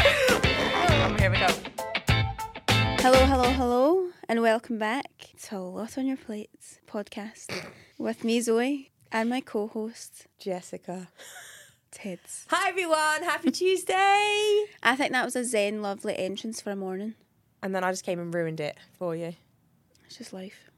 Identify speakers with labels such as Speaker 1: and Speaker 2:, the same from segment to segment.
Speaker 1: Here we go.
Speaker 2: Hello, hello, hello, and welcome back to a lot on your plates podcast with me, Zoe, and my co-host
Speaker 1: Jessica.
Speaker 2: Ted's.
Speaker 1: Hi everyone, happy Tuesday.
Speaker 2: I think that was a zen, lovely entrance for a morning.
Speaker 1: And then I just came and ruined it for you.
Speaker 2: It's just life.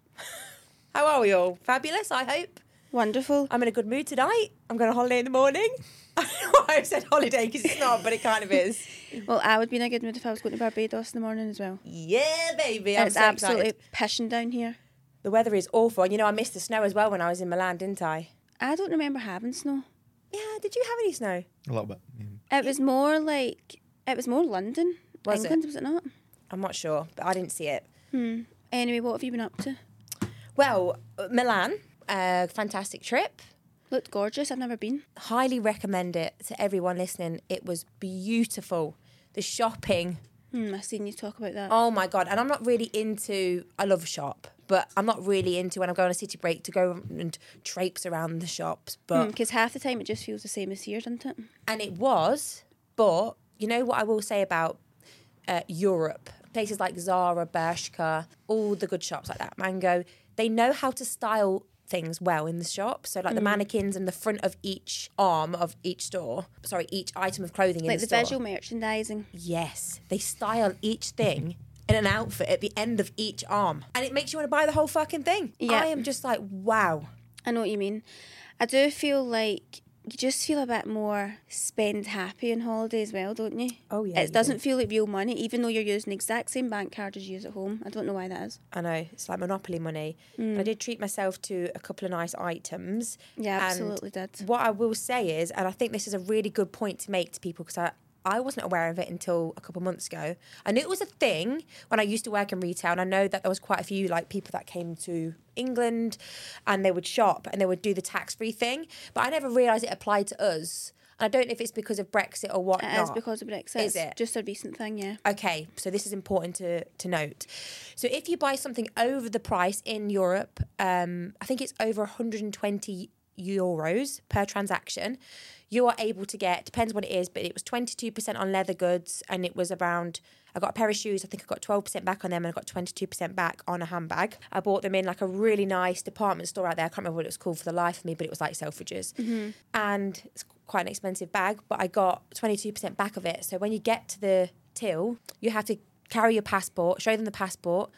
Speaker 1: How are we all? Fabulous, I hope.
Speaker 2: Wonderful.
Speaker 1: I'm in a good mood tonight. I'm going on holiday in the morning. I don't know why I said holiday because it's not, but it kind of is.
Speaker 2: Well, I would be in a good mood if I was going to Barbados in the morning as well.
Speaker 1: Yeah, baby. I'm
Speaker 2: it's
Speaker 1: so
Speaker 2: absolutely
Speaker 1: excited.
Speaker 2: pissing down here.
Speaker 1: The weather is awful. And you know, I missed the snow as well when I was in Milan, didn't I?
Speaker 2: I don't remember having snow.
Speaker 1: Yeah, did you have any snow?
Speaker 3: A little bit. yeah.
Speaker 2: It was more like it was more London,
Speaker 1: Was it?
Speaker 2: England, was it not?
Speaker 1: I'm not sure, but I didn't see it.
Speaker 2: Anyway, what have you been up to?
Speaker 1: Well, Milan, uh, fantastic trip.
Speaker 2: Looked gorgeous. I've never been.
Speaker 1: highly recommend it to everyone listening. It was beautiful. The shopping.
Speaker 2: Hmm, I've seen you talk about that.
Speaker 1: Oh my god! And I'm not really into. I love shop, but I'm not really into when I'm going on a city break to go and traipse around the shops. But
Speaker 2: Because half the time it just feels the same as here, doesn't it?
Speaker 1: and it was, but you know what I will say about uh, Europe, places like Zara, Bershka, all the good shops like that, Mango, they know how to style things well in the shop. So
Speaker 2: Mm-hmm.
Speaker 1: like the mannequins and the front of each arm of each store, sorry, each item of clothing in
Speaker 2: Like
Speaker 1: the
Speaker 2: the
Speaker 1: store.
Speaker 2: visual merchandising.
Speaker 1: Yes, they style each thing in an outfit at the end of each arm, and it makes you want to buy the whole fucking thing.
Speaker 2: Yeah.
Speaker 1: I am just like, wow.
Speaker 2: I know what you mean. I do feel like you just feel a bit more spend happy on holiday as well, don't you?
Speaker 1: Oh, yeah, you
Speaker 2: It
Speaker 1: do.
Speaker 2: doesn't feel like real money, even though you're using the exact same bank card as you use at home. I don't know why that is.
Speaker 1: I know it's like monopoly money. And I did treat myself to a couple of nice items.
Speaker 2: Mm. Yeah,
Speaker 1: And
Speaker 2: absolutely did.
Speaker 1: What I will say is, and I think this is a really good point to make to people because I. I wasn't aware of it until a couple of months ago. I knew it was a thing when I used to work in retail, and I know that there was quite a few like people that came to England, and they would shop and they would do the tax free thing. But I never realised it applied to us. And I don't know if it's because of Brexit or what.
Speaker 2: It is because of Brexit. It's
Speaker 1: Is it?
Speaker 2: Just a recent thing, yeah.
Speaker 1: Okay, so this is important to, to note. So if you buy something over the price in Europe, um, I think it's over 120 euros per transaction, you are able to get, depends what it is, but it was 22% on leather goods and it was around, I got a pair of shoes, I think I got 12% back on them and I got 22% back on a handbag. I bought them in like a really nice department store out there. I can't remember what it was called for the life of me, but it was like Selfridges. And it's quite an expensive bag, but I got 22% back of it. So when you get to the till, you have to carry your passport, show them the passport,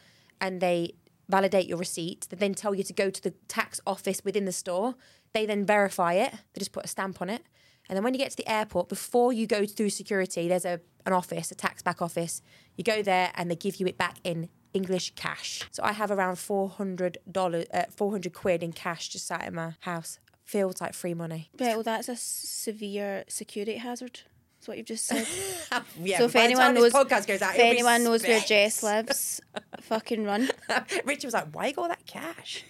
Speaker 1: and they validate your receipt. They then tell you to go to the tax office within the store. They then verify it. They just put a stamp on it. And then when you get to the airport, before you go through security, there's a an office, a tax back office. You go there and they give you it back in English cash. So I have around four hundred dollars, uh, four hundred quid in cash just sat in my house. Feels like free money.
Speaker 2: But, well, that's a severe security hazard. That's what you've just said.
Speaker 1: Yeah,
Speaker 2: so if
Speaker 1: by the
Speaker 2: anyone
Speaker 1: time this
Speaker 2: knows,
Speaker 1: podcast goes out,
Speaker 2: if
Speaker 1: it'll be
Speaker 2: anyone knows where
Speaker 1: spent.
Speaker 2: Jess lives, fucking run.
Speaker 1: Richard was like, "Why you got all that cash?"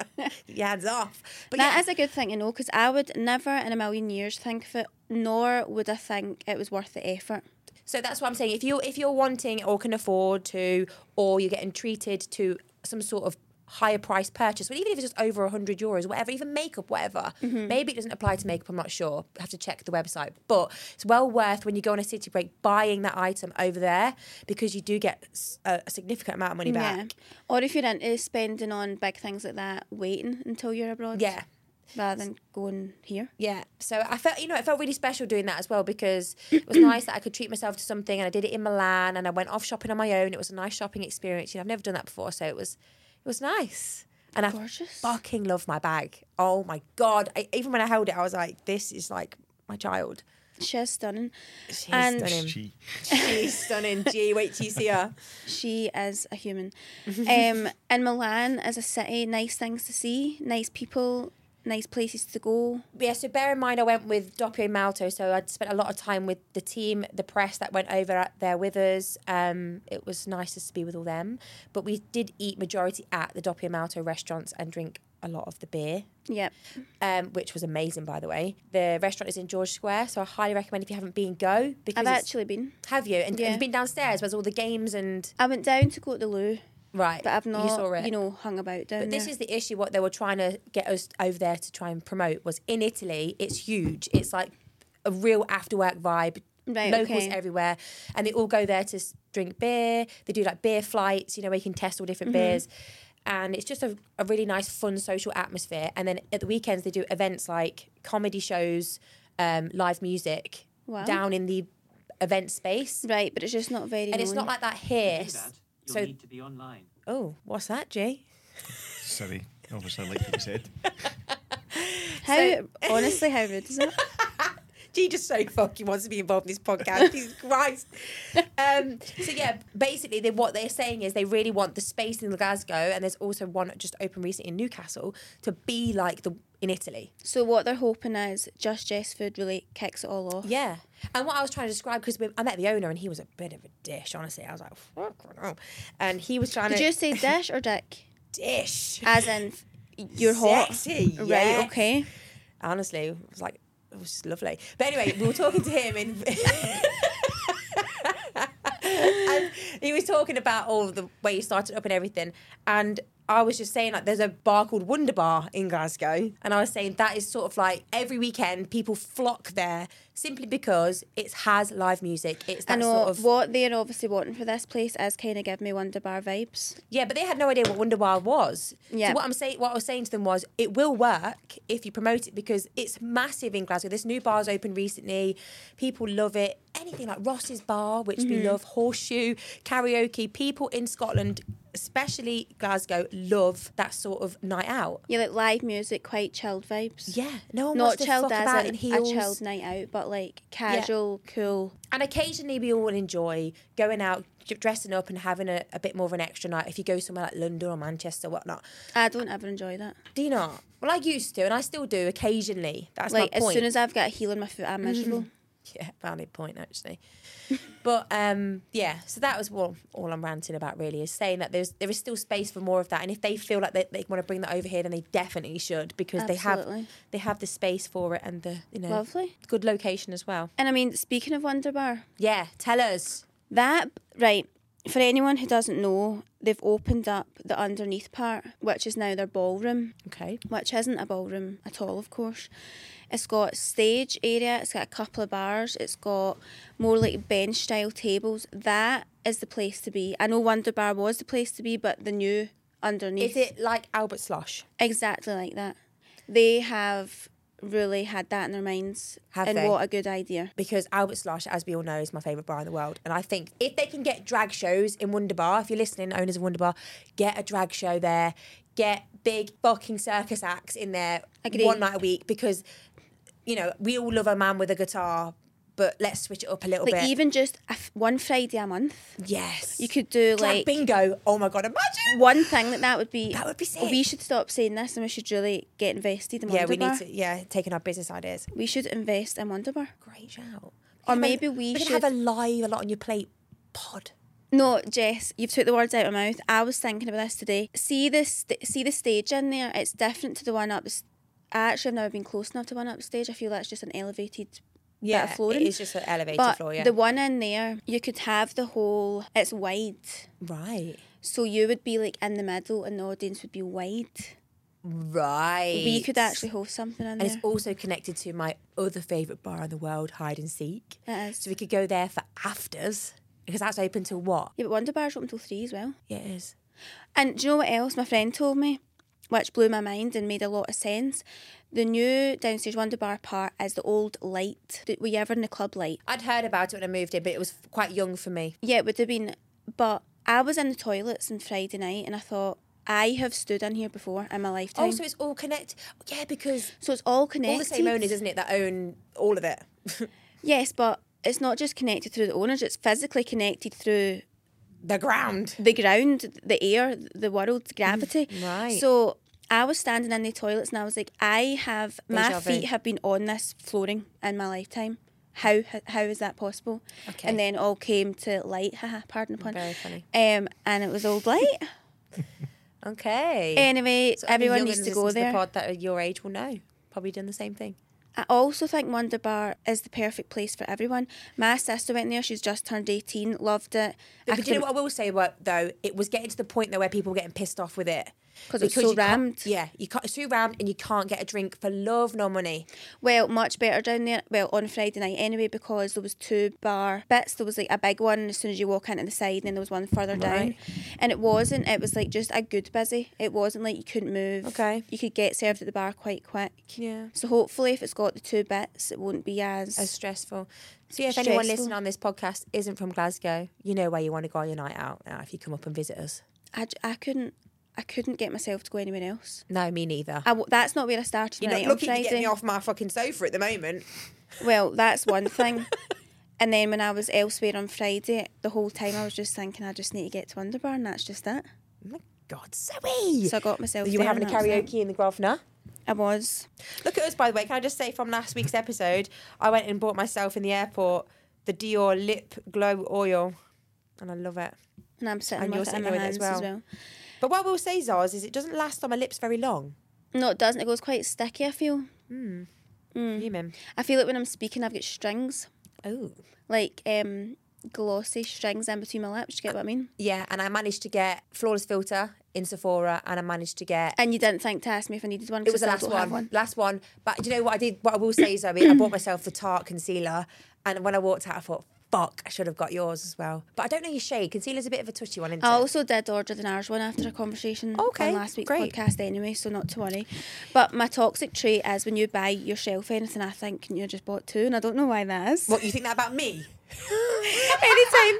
Speaker 1: your hands off. But
Speaker 2: That
Speaker 1: yeah,
Speaker 2: is a good thing to know because I would never in a million years think of it, nor would I think it was worth the effort.
Speaker 1: So that's what I'm saying. If you if you're wanting or can afford to, or you're getting treated to some sort of higher price purchase, but even if it's just over 100 euros, whatever, even makeup, whatever,
Speaker 2: Mm-hmm.
Speaker 1: maybe it doesn't apply to makeup, I'm not sure. I have to check the website. But it's well worth when you go on a city break buying that item over there because you do get s- a, a significant amount of money
Speaker 2: Yeah.
Speaker 1: back.
Speaker 2: Or if you're into spending on big things like that, waiting until you're abroad.
Speaker 1: Yeah.
Speaker 2: Rather than going here.
Speaker 1: Yeah. So I felt, you know, it felt really special doing that as well because it was nice that I could treat myself to something and I did it in Milan and I went off shopping on my own. It was a nice shopping experience. You know, I've never done that before, so it was it was nice. And I
Speaker 2: Gorgeous.
Speaker 1: fucking love my bag. Oh my god. I, even when I held it, I was like, this is like my child.
Speaker 2: She is stunning.
Speaker 1: She's
Speaker 2: And-
Speaker 1: stunning.
Speaker 3: She.
Speaker 1: She's stunning. Gee, wait till you see her.
Speaker 2: She is a human. um, and Milan is a city, nice things to see, nice people, nice places to go.
Speaker 1: yeah, so bear in mind I went with Doppio Malto, so I'd spent a lot of time with the team, the press that went over at- there with us. Um, it was nice to be with all them, but we did eat majority at the Doppio Malto restaurants and drink a lot of the beer,
Speaker 2: Yep.
Speaker 1: um, which was amazing, by the way. The restaurant is in George Square, so I highly recommend if you haven't been, go because
Speaker 2: I've
Speaker 1: it's-
Speaker 2: actually been.
Speaker 1: have you and
Speaker 2: Yeah.
Speaker 1: you've been downstairs where's all the games and
Speaker 2: I went down to go to the loo,
Speaker 1: right,
Speaker 2: but I've not,
Speaker 1: you
Speaker 2: you,
Speaker 1: saw it,
Speaker 2: know, hung about down
Speaker 1: But this
Speaker 2: there.
Speaker 1: is the issue. What they were trying to get us over there to try and promote was in Italy. It's huge. It's like a real after work vibe.
Speaker 2: Right,
Speaker 1: Locals
Speaker 2: okay.
Speaker 1: everywhere, and they all go there to s- drink beer. They do like beer flights, you know, where you can test all different
Speaker 2: Mm-hmm.
Speaker 1: beers, and it's just a, a really nice, fun social atmosphere. And then at the weekends, they do events like comedy shows, um, live music
Speaker 2: Wow.
Speaker 1: down in the event space,
Speaker 2: right, but it's just not very
Speaker 1: and it's
Speaker 2: known.
Speaker 1: not like that here.
Speaker 4: You'll
Speaker 1: So-
Speaker 4: need to be online.
Speaker 1: Oh, what's that, Jay?
Speaker 3: Sorry. Obviously, I like what you said.
Speaker 2: How honestly, how rude is it?
Speaker 1: She just so fucking wants to be involved in this podcast. Jesus Christ. Um, so yeah, basically, they, what they're saying is they really want the space in Glasgow, and there's also one just open recently in Newcastle to be like the in Italy.
Speaker 2: So what they're hoping is just Jess Food really kicks it all off.
Speaker 1: Yeah. And what I was trying to describe because I met the owner and he was a bit of a dish. Honestly, I was like, fuck, no. and he was trying
Speaker 2: Did
Speaker 1: to
Speaker 2: you say dish or dick?
Speaker 1: dish.
Speaker 2: As in, f- you're hot.
Speaker 1: Sexy,
Speaker 2: Right.
Speaker 1: yes.
Speaker 2: Okay.
Speaker 1: Honestly, it was like it was just lovely. But anyway, we were talking to him in. and he was talking about all the way he started up and everything. And I was just saying, like, there's a bar called Wonder Bar in Glasgow. And I was saying that is sort of like every weekend people flock there simply because it has live music. It's
Speaker 2: I
Speaker 1: that
Speaker 2: know
Speaker 1: sort of.
Speaker 2: what they're obviously wanting for this place is kind of give me Wonder Bar vibes.
Speaker 1: Yeah, but they had no idea what Wonder Wild was.
Speaker 2: Yeah.
Speaker 1: So what I'm saying, what I was saying to them was, it will work if you promote it because it's massive in Glasgow. This new bar's opened recently. People love it. Anything like Ross's Bar, which
Speaker 2: Mm-hmm.
Speaker 1: we love, Horseshoe, karaoke. People in Scotland, especially Glasgow, love that sort of night out.
Speaker 2: You like live music, quite chilled vibes.
Speaker 1: Yeah, no one
Speaker 2: Not
Speaker 1: wants to fuck
Speaker 2: chilled
Speaker 1: about
Speaker 2: as
Speaker 1: in
Speaker 2: in a
Speaker 1: heels.
Speaker 2: chilled night out, but like casual, cool.
Speaker 1: And occasionally we all enjoy going out, j- dressing up, and having a, a bit more of an extra night. If you go somewhere like London or Manchester, whatnot.
Speaker 2: I don't ever enjoy that.
Speaker 1: Do you not? Well, I used to, and I still do occasionally. That's
Speaker 2: like
Speaker 1: my
Speaker 2: as
Speaker 1: point. Mm-hmm.
Speaker 2: soon as I've got a heel in my foot, I'm miserable.
Speaker 1: yeah, valid point actually. but um, yeah, so that was all, all I'm ranting about really is saying that there's there is still space for more of that, and if they feel like they, they want to bring that over here, then they definitely should because they have
Speaker 2: Absolutely.
Speaker 1: they have the space for it and the you know
Speaker 2: Lovely.
Speaker 1: good location as well.
Speaker 2: And I mean, speaking of Wonder Bar,
Speaker 1: Yeah, tell us.
Speaker 2: That right for anyone who doesn't know, they've opened up the underneath part, which is now their ballroom,
Speaker 1: Okay.
Speaker 2: which isn't a ballroom at all, of course. It's got stage area, it's got a couple of bars, it's got more like bench style tables. That is the place to be. I know Wonder Bar was the place to be, but the new underneath
Speaker 1: Is it like Albert Slosh?
Speaker 2: exactly like that. They have really had that in their minds,
Speaker 1: Have
Speaker 2: and
Speaker 1: they?
Speaker 2: what a good idea.
Speaker 1: Because Albert Slosh, as we all know, is my favourite bar in the world. And I think if they can get drag shows in Wonder Bar, if you're listening, owners of Wonder Bar, get a drag show there. Get big fucking circus acts in there
Speaker 2: Agreed.
Speaker 1: one night a week because, you know, we all love a man with a guitar, but let's switch it up a little
Speaker 2: Like
Speaker 1: bit.
Speaker 2: even just a f- one Friday a month,
Speaker 1: yes.
Speaker 2: you could do
Speaker 1: drag
Speaker 2: like
Speaker 1: bingo. Oh my God, imagine.
Speaker 2: one thing that that would be
Speaker 1: That would be sick.
Speaker 2: we should stop saying this and we should really get invested in
Speaker 1: Yeah,
Speaker 2: Wonderbar.
Speaker 1: we need to, yeah, taking our business ideas.
Speaker 2: we should invest in Wonderbar.
Speaker 1: Great shout.
Speaker 2: Or maybe we
Speaker 1: could
Speaker 2: should-
Speaker 1: have a live, a lot on your plate pod.
Speaker 2: No, Jess, you've took the words out of my mouth. I was thinking about this today. See this, see the stage in there. It's different to the one up. I actually have never been close enough to one upstage. I feel that's just an elevated
Speaker 1: Yeah,
Speaker 2: bit of flooring.
Speaker 1: it is just an elevated
Speaker 2: but
Speaker 1: floor, yeah.
Speaker 2: the one in there, you could have the whole. It's wide,
Speaker 1: Right.
Speaker 2: so you would be like in the middle, and the audience would be wide.
Speaker 1: Right.
Speaker 2: But you could actually hold something in
Speaker 1: And it's
Speaker 2: there.
Speaker 1: also connected to my other favourite bar in the world, Hide and Seek.
Speaker 2: It is.
Speaker 1: So we could go there for afters because that's open till what?
Speaker 2: Yeah, but Wonder Bar's open till three as well.
Speaker 1: Yeah, it is.
Speaker 2: And do you know what else my friend told me, which blew my mind and made a lot of sense? The new downstairs Wonder Bar part is the old light. Did- Were you ever in the club light?
Speaker 1: I'd heard about it when I moved in, but it was quite young for me.
Speaker 2: Yeah, it would have been. But I was in the toilets on Friday night, and I thought I have stood in here before in my lifetime.
Speaker 1: Oh, so it's all connected. Yeah, because
Speaker 2: so it's all connected.
Speaker 1: all the same owners, isn't it? That own all of it.
Speaker 2: Yes, but it's not just connected through the owners; it's physically connected through
Speaker 1: the ground.
Speaker 2: the ground, the air, the world's gravity.
Speaker 1: Mm, right.
Speaker 2: So I was standing in the toilets and I was like, I have my
Speaker 1: Deja vu.
Speaker 2: feet have been on this flooring in my lifetime. How how is that possible?
Speaker 1: Okay.
Speaker 2: And then all came to light. Haha, pardon the pun.
Speaker 1: Very funny.
Speaker 2: Um, and it was old light.
Speaker 1: Okay.
Speaker 2: anyway,
Speaker 1: So any
Speaker 2: everyone
Speaker 1: young
Speaker 2: needs to
Speaker 1: ones
Speaker 2: go
Speaker 1: listen The
Speaker 2: there.
Speaker 1: pod that are your age will know. Probably done the same thing.
Speaker 2: I also think Wonder Bar is the perfect place for everyone. My sister went there. She's just turned eighteen. Loved it. I
Speaker 1: But do you know
Speaker 2: couldn't-
Speaker 1: what I will say about though? It was getting to the point though where people were getting pissed off with it.
Speaker 2: 'Cause it's so
Speaker 1: you can't-
Speaker 2: rammed.
Speaker 1: Yeah, you can't, it's too rammed and you can't get a drink for love nor money.
Speaker 2: Well, much better down there. Well, on Friday night anyway, because there was two bar bits. There was like a big one as soon as you walk into the side, and then there was one further down.
Speaker 1: Right.
Speaker 2: And it wasn't. It was like just a good busy. It wasn't like you couldn't move.
Speaker 1: Okay.
Speaker 2: You could get served at the bar quite quick.
Speaker 1: Yeah.
Speaker 2: So hopefully, if it's got the two bits, it won't be as.
Speaker 1: As stressful. So yeah, if anyone
Speaker 2: Stressful.
Speaker 1: listening on this podcast isn't from Glasgow, you know where you want to go on your night out now if you come up and visit us.
Speaker 2: I, j- I couldn't. I couldn't get myself to go anywhere else.
Speaker 1: No, me neither.
Speaker 2: I w- that's not where I started
Speaker 1: You're
Speaker 2: my
Speaker 1: not
Speaker 2: night on
Speaker 1: looking to
Speaker 2: Friday.
Speaker 1: get me off my fucking sofa at the moment.
Speaker 2: Well, that's one thing. and then when I was elsewhere on Friday, the whole time I was just thinking, I just need to get to Underbar, and that's just it.
Speaker 1: Oh my God, Zoe!
Speaker 2: So I got myself.
Speaker 1: you were
Speaker 2: there
Speaker 1: having a
Speaker 2: and that was it.
Speaker 1: karaoke in the Grosvenor.
Speaker 2: I was.
Speaker 1: Look at us, by the way. Can I just say from last week's episode, I went and bought myself in the airport the Dior Lip Glow Oil, and I love it.
Speaker 2: And I'm sitting
Speaker 1: And
Speaker 2: with
Speaker 1: you're
Speaker 2: it in
Speaker 1: sitting
Speaker 2: my
Speaker 1: with it
Speaker 2: hands
Speaker 1: as
Speaker 2: as well.
Speaker 1: well. But what I will say, Zaz, is it doesn't last on my lips very long.
Speaker 2: No, it doesn't. It goes quite sticky, I feel.
Speaker 1: You, Mim?
Speaker 2: I feel it when I'm speaking, I've got strings,
Speaker 1: Mm. Oh.
Speaker 2: like um, glossy strings in between my lips. Do you get what I mean?
Speaker 1: Yeah, and I managed to get Flawless Filter in Sephora, and I managed to get.
Speaker 2: And you didn't think to ask me if I needed one.
Speaker 1: It was the last one, Last one. But do you know what I did? What I will say, Zoe, I bought myself the Tarte concealer, and when I walked out, I thought, fuck, I should have got yours as well. But I don't know your shade. Concealer's a bit of a touchy one, isn't it?
Speaker 2: I also did order the NARS one after a conversation
Speaker 1: Okay,
Speaker 2: on last week's
Speaker 1: great.
Speaker 2: podcast anyway, so not to worry. But my toxic trait is when you buy yourself anything, I think you just bought two, and I don't know why that is.
Speaker 1: What, you think that about me?
Speaker 2: Anytime.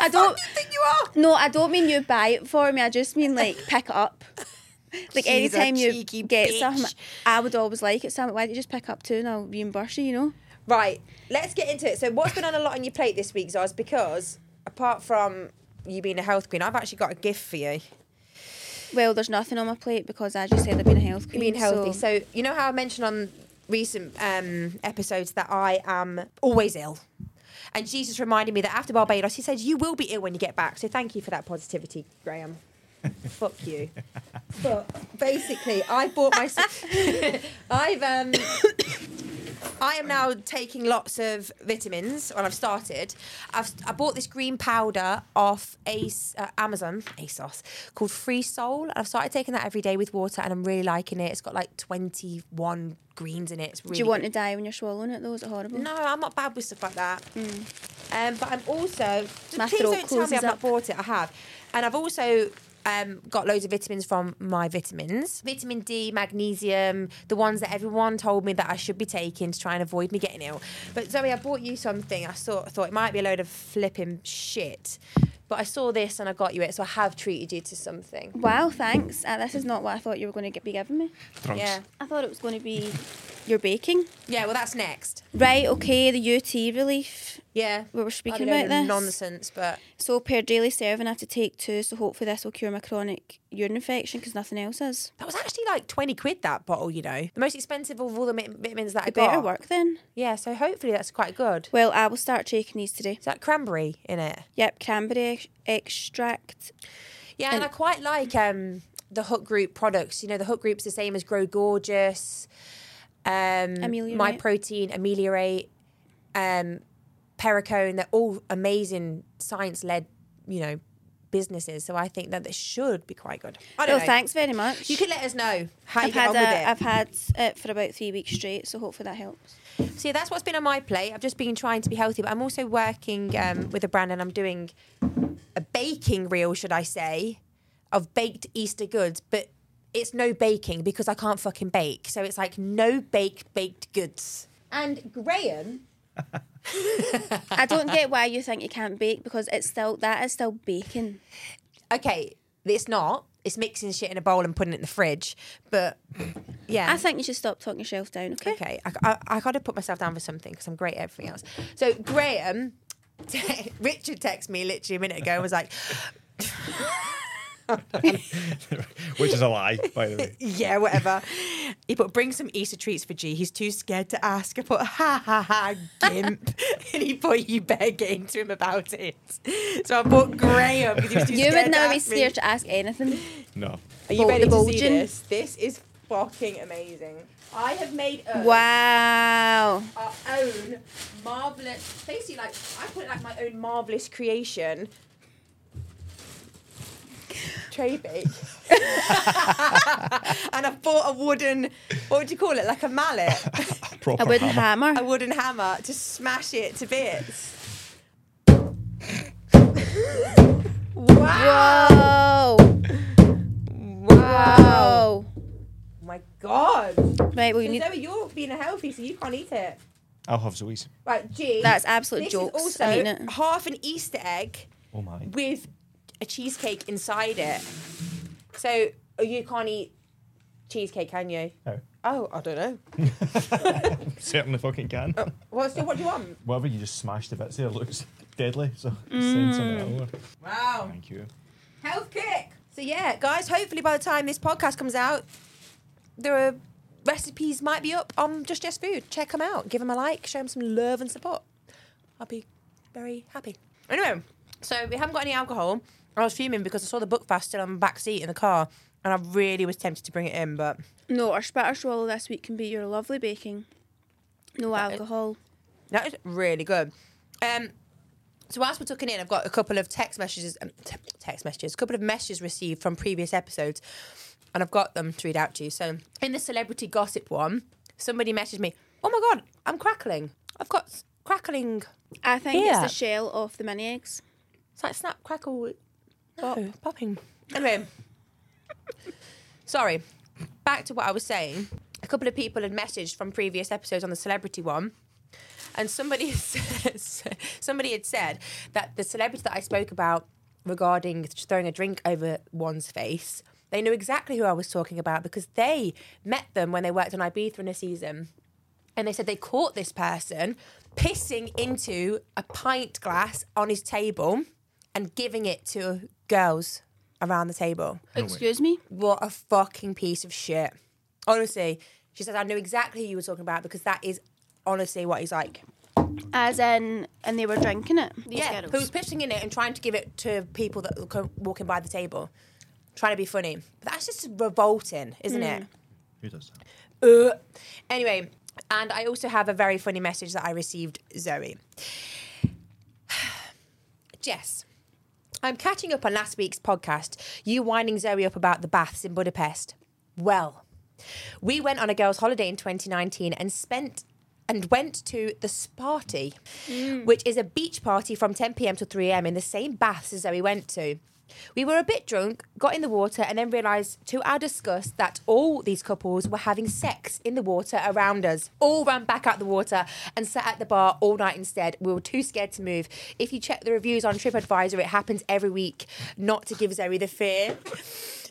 Speaker 2: I don't.
Speaker 1: What do you think you are?
Speaker 2: No, I don't mean you buy it for me. I just mean like pick it up. Like
Speaker 1: She's a
Speaker 2: anytime you
Speaker 1: cheeky
Speaker 2: get
Speaker 1: bitch.
Speaker 2: some, I would always like it. Sam, why don't you just pick up two and I'll reimburse you? You know,
Speaker 1: Right, let's get into it. So, what's been on a lot on your plate this week, Zaz? Because apart from you being a health queen, I've actually got a gift for you.
Speaker 2: well, there's nothing on my plate because as you said, I've been a health
Speaker 1: You
Speaker 2: queen.
Speaker 1: mean healthy.
Speaker 2: so-
Speaker 1: So, you know how I mentioned on recent um, episodes that I am always ill. And Jesus reminded me that after Barbados, he said, You will be ill when you get back. So, thank you for that positivity, Graham. Fuck you. But basically, I bought myself. I've um, I am now taking lots of vitamins, or I've started. I've I bought this green powder off Ace uh, Amazon ASOS called Free Soul, and I've started taking that every day with water, and I'm really liking it. It's got like 21 greens in it. It's
Speaker 2: do
Speaker 1: really
Speaker 2: you want to die when you're swallowing it? Though is it horrible?
Speaker 1: no, I'm not bad with stuff like that.
Speaker 2: Hmm.
Speaker 1: Um, but I'm also.
Speaker 2: My
Speaker 1: please
Speaker 2: throat
Speaker 1: don't tell me
Speaker 2: closes
Speaker 1: I've
Speaker 2: up.
Speaker 1: not bought it. I have, and I've also. Um, got loads of vitamins from my vitamins vitamin D, magnesium, the ones that everyone told me that I should be taking to try and avoid me getting ill. But Zoe, I bought you something. I thought, thought it might be a load of flipping shit, but I saw this and I got you it, so I have treated you to something.
Speaker 2: Wow, thanks. Uh, this is not what I thought you were going to get, be giving me.
Speaker 3: Drugs.
Speaker 1: Yeah.
Speaker 2: I thought it was going to be you're baking.
Speaker 1: Yeah, well, that's next.
Speaker 2: Right, okay, the UT relief.
Speaker 1: Yeah.
Speaker 2: We were speaking
Speaker 1: A
Speaker 2: about
Speaker 1: load of
Speaker 2: this.
Speaker 1: Nonsense, but
Speaker 2: So per daily serving, I have to take two. So hopefully this will cure my chronic urine infection because nothing else is.
Speaker 1: that was actually like 20 quid that bottle, you know. The most expensive of all the mi- vitamins that I
Speaker 2: It
Speaker 1: got.
Speaker 2: better work then.
Speaker 1: Yeah, so hopefully that's quite good.
Speaker 2: Well, I will start taking these today.
Speaker 1: Is that cranberry in it?
Speaker 2: Yep, cranberry ex- extract.
Speaker 1: Yeah, and, I quite like um, the Hook Group products. You know, the Hook Group's the same as Grow Gorgeous, um,
Speaker 2: Ameliorate.
Speaker 1: My Protein, Ameliorate, um, Pericone. They're all amazing science-led, you know, businesses. So I think that this should be quite good. I don't
Speaker 2: Well,
Speaker 1: know.
Speaker 2: Oh, thanks very much.
Speaker 1: You can let us know how you
Speaker 2: I've
Speaker 1: get
Speaker 2: had
Speaker 1: on
Speaker 2: a,
Speaker 1: with
Speaker 2: I've
Speaker 1: it.
Speaker 2: had it for about three weeks straight, so hopefully that helps.
Speaker 1: So yeah, that's what's been on my plate. I've just been trying to be healthy, but I'm also working um, with a brand and I'm doing a baking reel, should I say, of baked Easter goods, but it's no baking because I can't fucking bake. So it's like no bake baked goods. And Graham,
Speaker 2: I don't get why you think you can't bake because it's still that is still baking.
Speaker 1: okay, it's not. It's mixing shit in a bowl and putting it in the fridge, but yeah.
Speaker 2: I think you should stop talking yourself down, okay?
Speaker 1: Okay, I, I, I got to put myself down for something because I'm great at everything else. So Graham, te- Richard texted me literally a minute ago and was like,
Speaker 3: Which is a lie, by the way.
Speaker 1: "Yeah, whatever." He put, "Bring some Easter treats for G. He's too scared to ask." I put, "Ha ha ha, gimp," and he put, "You better get into him about it." So I put Graham because he was too
Speaker 2: You
Speaker 1: scared
Speaker 2: would now
Speaker 1: to
Speaker 2: be
Speaker 1: ask me.
Speaker 2: scared to ask anything.
Speaker 3: No.
Speaker 1: Are you ready to see
Speaker 2: bulging.
Speaker 1: this? This is fucking amazing. I have made us
Speaker 2: Wow.
Speaker 1: our own marvelous, basically like I put it like my own marvelous creation. Tray bake. and I bought a wooden, what would you call it? Like a mallet,
Speaker 3: Proper
Speaker 2: A wooden
Speaker 3: hammer.
Speaker 2: hammer.
Speaker 1: a wooden hammer to smash it to bits. wow!
Speaker 2: Whoa.
Speaker 1: Wow!
Speaker 2: Whoa.
Speaker 1: Oh my god!
Speaker 2: Right, well you
Speaker 1: You
Speaker 2: need
Speaker 1: know you're being healthy, so you can't eat it.
Speaker 3: I'll have Zoe's.
Speaker 1: Right, G.
Speaker 2: That's absolute
Speaker 1: this
Speaker 2: jokes.
Speaker 1: Is also
Speaker 2: I mean it.
Speaker 1: half an Easter egg.
Speaker 3: Oh my.
Speaker 1: with a cheesecake inside it. So oh, you can't eat cheesecake, can you?
Speaker 3: No.
Speaker 1: Oh, I don't know.
Speaker 3: Certainly fucking can.
Speaker 1: Well, so what do you want?
Speaker 3: Whatever you just smashed the bits there looks deadly, so send something
Speaker 1: Mm.
Speaker 3: over.
Speaker 1: Wow,
Speaker 3: Thank you.
Speaker 1: health kick. So yeah, guys. Hopefully, by the time this podcast comes out, there are recipes might be up on Just Yes Food. Check them out. Give them a like. Show them some love and support. I'll be very happy. Anyway, so we haven't got any alcohol. I was fuming because I saw the book fast still on the back seat in the car, and I really was tempted to bring it in, but.
Speaker 2: No, our spatter swallow this week can be your lovely baking. No alcohol.
Speaker 1: That is really good. Um, so whilst we're tucking in, I've got a couple of text messages, um, te- text messages, a couple of messages received from previous episodes, and I've got them to read out to you. So in the celebrity gossip one, somebody messaged me, "Oh my god, I'm crackling. I've got s- crackling.
Speaker 2: I think
Speaker 1: Yeah.
Speaker 2: it's the shell of the mini eggs.
Speaker 1: It's like snap crackle, pop, popping." Anyway, sorry. Back to what I was saying. A couple of people had messaged from previous episodes on the celebrity one. and somebody says, somebody had said that the celebrity that I spoke about regarding throwing a drink over one's face, they knew exactly who I was talking about because they met them when they worked on Ibiza in a season, and they said they caught this person pissing into a pint glass on his table and giving it to girls around the table.
Speaker 2: Excuse me?
Speaker 1: What a fucking piece of shit. Honestly, she says I knew exactly who you were talking about because that is honestly what he's like.
Speaker 2: As in and they were drinking it. These
Speaker 1: Yeah,
Speaker 2: girls.
Speaker 1: who's pissing in it and trying to give it to people that are co- walking by the table, trying to be funny. But that's just revolting, isn't it?
Speaker 3: Who does that?
Speaker 1: Ugh. Uh. Anyway, and I also have a very funny message that I received, Zoe. Jess, I'm catching up on last week's podcast, you winding Zoe up about the baths in Budapest. Well, we went on a girls' holiday in 2019 and spent and went to the Sparty, which is a beach party from 10 p.m. to 3 a.m. in the same baths as Zoe went to. We were a bit drunk, got in the water, and then realised to our disgust that all these couples were having sex in the water around us. All ran back out the water and sat at the bar all night instead. We were too scared to move. If you check the reviews on TripAdvisor, it happens every week. Not to give Zoe the fear.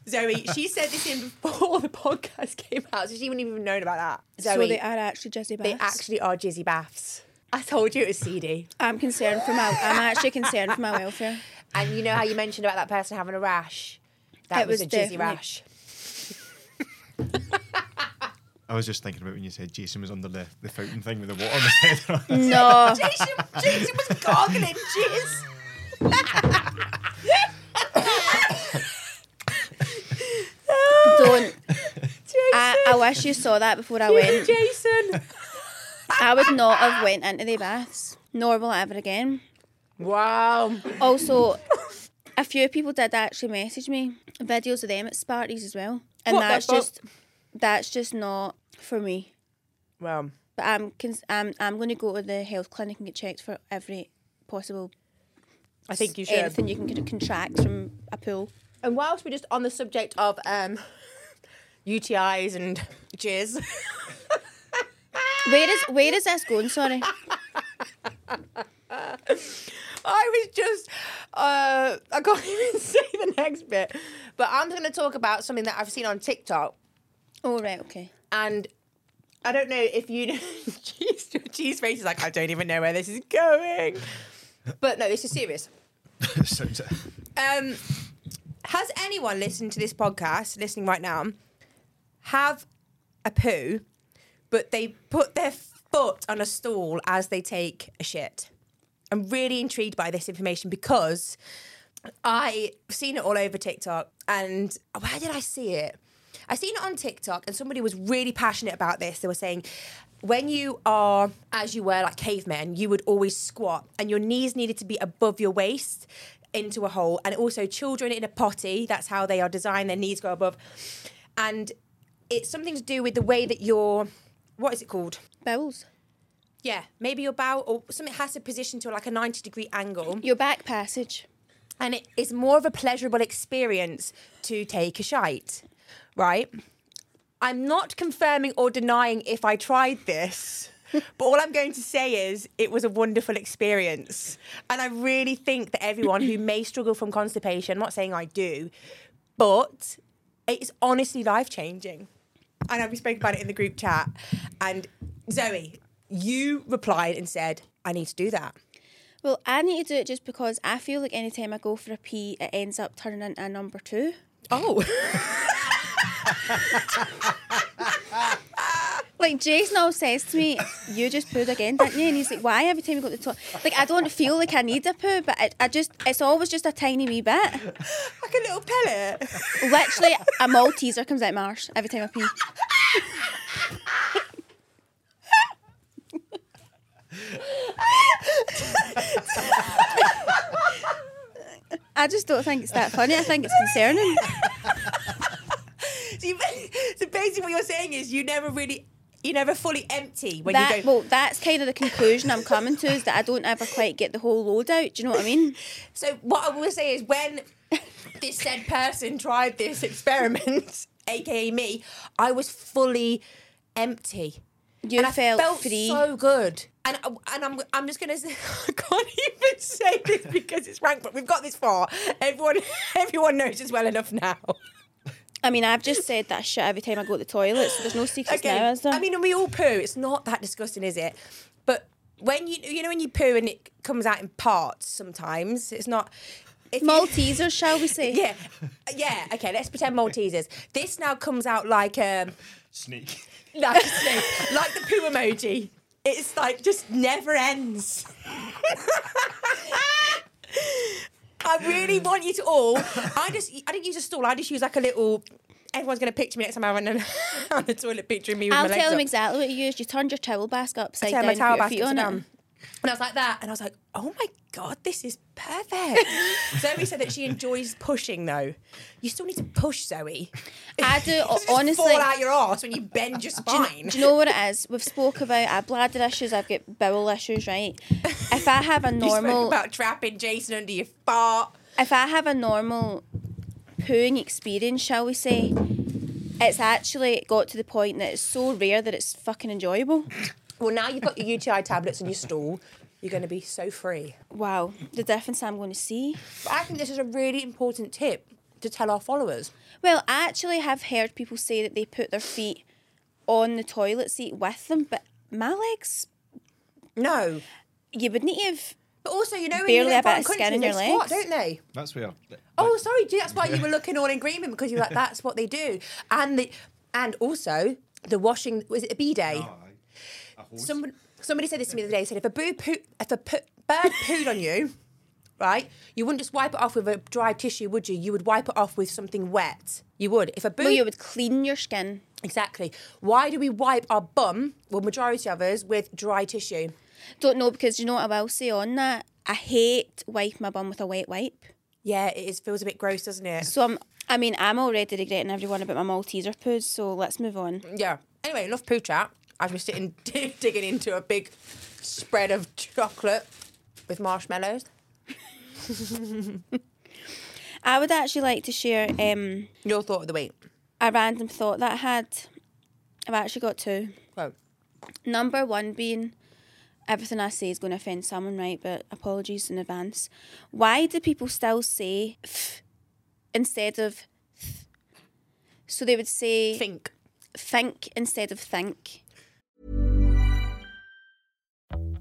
Speaker 1: Zoe, she said this in before the podcast came out, so she wouldn't even known about that. Zoe,
Speaker 2: so they are actually jizzy baths.
Speaker 1: they actually are jizzy baths. I told you it was CD.
Speaker 2: I'm concerned for my. I'm actually concerned for my welfare.
Speaker 1: And you know how you mentioned about that person having a rash? That
Speaker 2: It
Speaker 1: was,
Speaker 2: was
Speaker 1: a jizzy
Speaker 2: definitely-
Speaker 1: rash.
Speaker 4: I was just thinking about when you said Jason was under the, the fountain thing with the water on his head.
Speaker 2: No,
Speaker 1: Jason, Jason was gargling jizz.
Speaker 2: don't.
Speaker 1: Jason.
Speaker 2: I, I wish you saw that before I
Speaker 1: you,
Speaker 2: went.
Speaker 1: Jason.
Speaker 2: I would not have went into the baths, nor will I ever again.
Speaker 1: Wow.
Speaker 2: Also, a few people did actually message me videos of them at parties as well, and
Speaker 1: What the
Speaker 2: that's
Speaker 1: fuck?
Speaker 2: just that's just not for me.
Speaker 1: Well,
Speaker 2: But I'm cons- I'm I'm going to go to the health clinic and get checked for every possible
Speaker 1: I think you should.
Speaker 2: anything you can con- contract from a pool.
Speaker 1: And whilst we're just on the subject of um, UTIs and jizz,
Speaker 2: Where is where is this going? Sorry,
Speaker 1: I was just, uh, I can't even say the next bit, but I'm going to talk about something that I've seen on TikTok.
Speaker 2: oh, right, okay.
Speaker 1: And I don't know if you, cheese, cheese face is like, I don't even know where this is going. But no, this is serious.
Speaker 4: Sounds-
Speaker 1: Um, has anyone listening to this podcast, listening right now, have a poo, but they put their foot on a stool as they take a shit? I'm really intrigued by this information because I've seen it all over TikTok. And where did I see it? I seen it on TikTok, and somebody was really passionate about this. They were saying, when you are, as you were, like cavemen, you would always squat, and your knees needed to be above your waist into a hole. And also, children in a potty, that's how they are designed, their knees go above. And it's something to do with the way that your, what is it called?
Speaker 2: Bowels.
Speaker 1: Yeah, maybe your bow or something has to position to like a 90 degree angle
Speaker 2: Your back passage.
Speaker 1: and it is more of a pleasurable experience to take a shite, right? I'm not confirming or denying if I tried this, but all I'm going to say is it was a wonderful experience. And I really think that everyone who may struggle from constipation, I'm not saying I do, but it's honestly life changing. I know we spoke about it in the group chat. And Zoe, you replied and said, I need to do that.
Speaker 2: Well, I need to do it just because I feel like any time I go for a pee, it ends up turning into a number two.
Speaker 1: Oh.
Speaker 2: Like Jason always says to me, "You just pooed again, didn't you?" And he's like, "Why every time you go to the toilet?" Like I don't feel like I need a poo, but I, I just—it's always just a tiny wee bit.
Speaker 1: like a little pellet.
Speaker 2: Literally, a Malteser comes out my arse every time I pee. I just don't think it's that funny. I think it's concerning.
Speaker 1: So, you, so basically, what you're saying is you never really, you never fully empty when
Speaker 2: That
Speaker 1: you go.
Speaker 2: well, that's kind of the conclusion I'm coming to is that I don't ever quite get the whole load out. Do you know what I mean?
Speaker 1: so what I will say is when this said person tried this experiment, aka me, I was fully empty.
Speaker 2: You
Speaker 1: and I
Speaker 2: felt,
Speaker 1: felt,
Speaker 2: free.
Speaker 1: so good. And uh, and I'm I'm just gonna say, I can't even say this because it's rank, but we've got this far. Everyone everyone knows us well enough now.
Speaker 2: I mean, I've just said that shit every time I go to the toilet, so there's no secrets
Speaker 1: Okay.
Speaker 2: now, is there?
Speaker 1: I mean, and we all poo. It's not that disgusting, is it? But when you you know when you poo and it comes out in parts, sometimes it's not. If you-
Speaker 2: Maltesers, shall we say?
Speaker 1: Yeah, yeah. Okay, let's pretend Maltesers. This now comes out like um,
Speaker 4: Sneak.
Speaker 1: like a snake, like the poo emoji. It's like just never ends. I really want you to all. I just I didn't use a stool. I just use like a little. Everyone's gonna picture me next time I run on the toilet, picturing me with
Speaker 2: I'll
Speaker 1: my legs
Speaker 2: tell them
Speaker 1: up.
Speaker 2: exactly what you used. You turned your towel basket upside
Speaker 1: turned
Speaker 2: down,
Speaker 1: my
Speaker 2: and
Speaker 1: towel
Speaker 2: put your feet
Speaker 1: basket
Speaker 2: on
Speaker 1: down.
Speaker 2: it.
Speaker 1: And I was like that, and I was like, oh my god, this is perfect. Zoe said that she enjoys pushing though. You still need to push, Zoe.
Speaker 2: I do
Speaker 1: It doesn't just
Speaker 2: honestly.
Speaker 1: fall out your arse when you bend your spine.
Speaker 2: Do you know what it is? We've spoke about I have bladder issues, I've got bowel issues, right? If I have a
Speaker 1: You spoke
Speaker 2: normal,
Speaker 1: about trapping Jason under your fart.
Speaker 2: if I have a normal pooing experience, shall we say, it's actually got to the point that it's so rare that it's fucking enjoyable.
Speaker 1: Well, now you've got your UTI tablets and your stool. You're going to be so free.
Speaker 2: Wow, the difference I'm going to see.
Speaker 1: But I think this is a really important tip to tell our followers.
Speaker 2: Well, I actually have heard people say that they put their feet on the toilet seat with them, but my legs,
Speaker 1: No.
Speaker 2: you would need to have.
Speaker 1: But also, you know, when
Speaker 2: Barely
Speaker 1: you
Speaker 2: a bit
Speaker 1: live foreign
Speaker 2: of skin in
Speaker 1: countries, they
Speaker 2: your
Speaker 1: squat,
Speaker 2: legs.
Speaker 1: don't they?
Speaker 4: That's where.
Speaker 1: Oh, sorry, G, that's why you were looking all in agreement because you're like, that's what they do. And the and also the washing was it a bidet? Someone somebody said this to me the other day. Said if a boo poo if a poo, bird pooed on you, right, you wouldn't just wipe it off with a dry tissue, would you? You would wipe it off with something wet. You would. If a boo
Speaker 2: Well, you would clean your skin.
Speaker 1: exactly. Why do we wipe our bum? Well, majority of us with dry tissue.
Speaker 2: Don't know because you know what I will say on that. I hate wiping my bum with a wet wipe.
Speaker 1: Yeah, it is, feels a bit gross, doesn't it?
Speaker 2: So I'm. I mean, I'm already regretting everyone about my Malteser poos. So let's move on.
Speaker 1: Yeah. Anyway, enough poo chat. As we're sitting dig- digging into a big spread of chocolate with marshmallows.
Speaker 2: I would actually like to share um,
Speaker 1: Your thought of the week.
Speaker 2: a random thought that I had. I've actually got two.
Speaker 1: Well,
Speaker 2: Number one being everything I say is going to offend someone, right? But apologies in advance. Why do people still say th instead of th? So they would say
Speaker 1: think.
Speaker 2: think instead of think.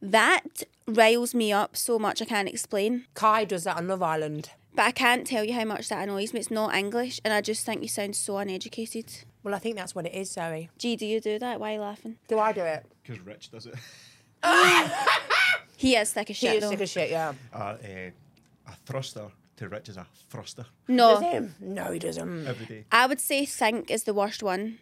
Speaker 2: That riles me up so much I can't explain.
Speaker 1: Kai does that on Love Island.
Speaker 2: But I can't tell you how much that annoys me. It's not English, and I just think you sound so uneducated.
Speaker 1: Well, I think that's what it is, Zoe.
Speaker 2: Gee, do you do that? Why are you laughing?
Speaker 1: Do I do it?
Speaker 4: Because Rich does it.
Speaker 2: He is like a
Speaker 1: She
Speaker 2: shit.
Speaker 1: is
Speaker 2: though.
Speaker 1: sick as shit, yeah.
Speaker 4: Uh, eh, a thruster to Rich is a thruster
Speaker 1: Does
Speaker 2: no,
Speaker 1: him? Mm. No, he doesn't.
Speaker 4: every day.
Speaker 2: I would say think is the worst one,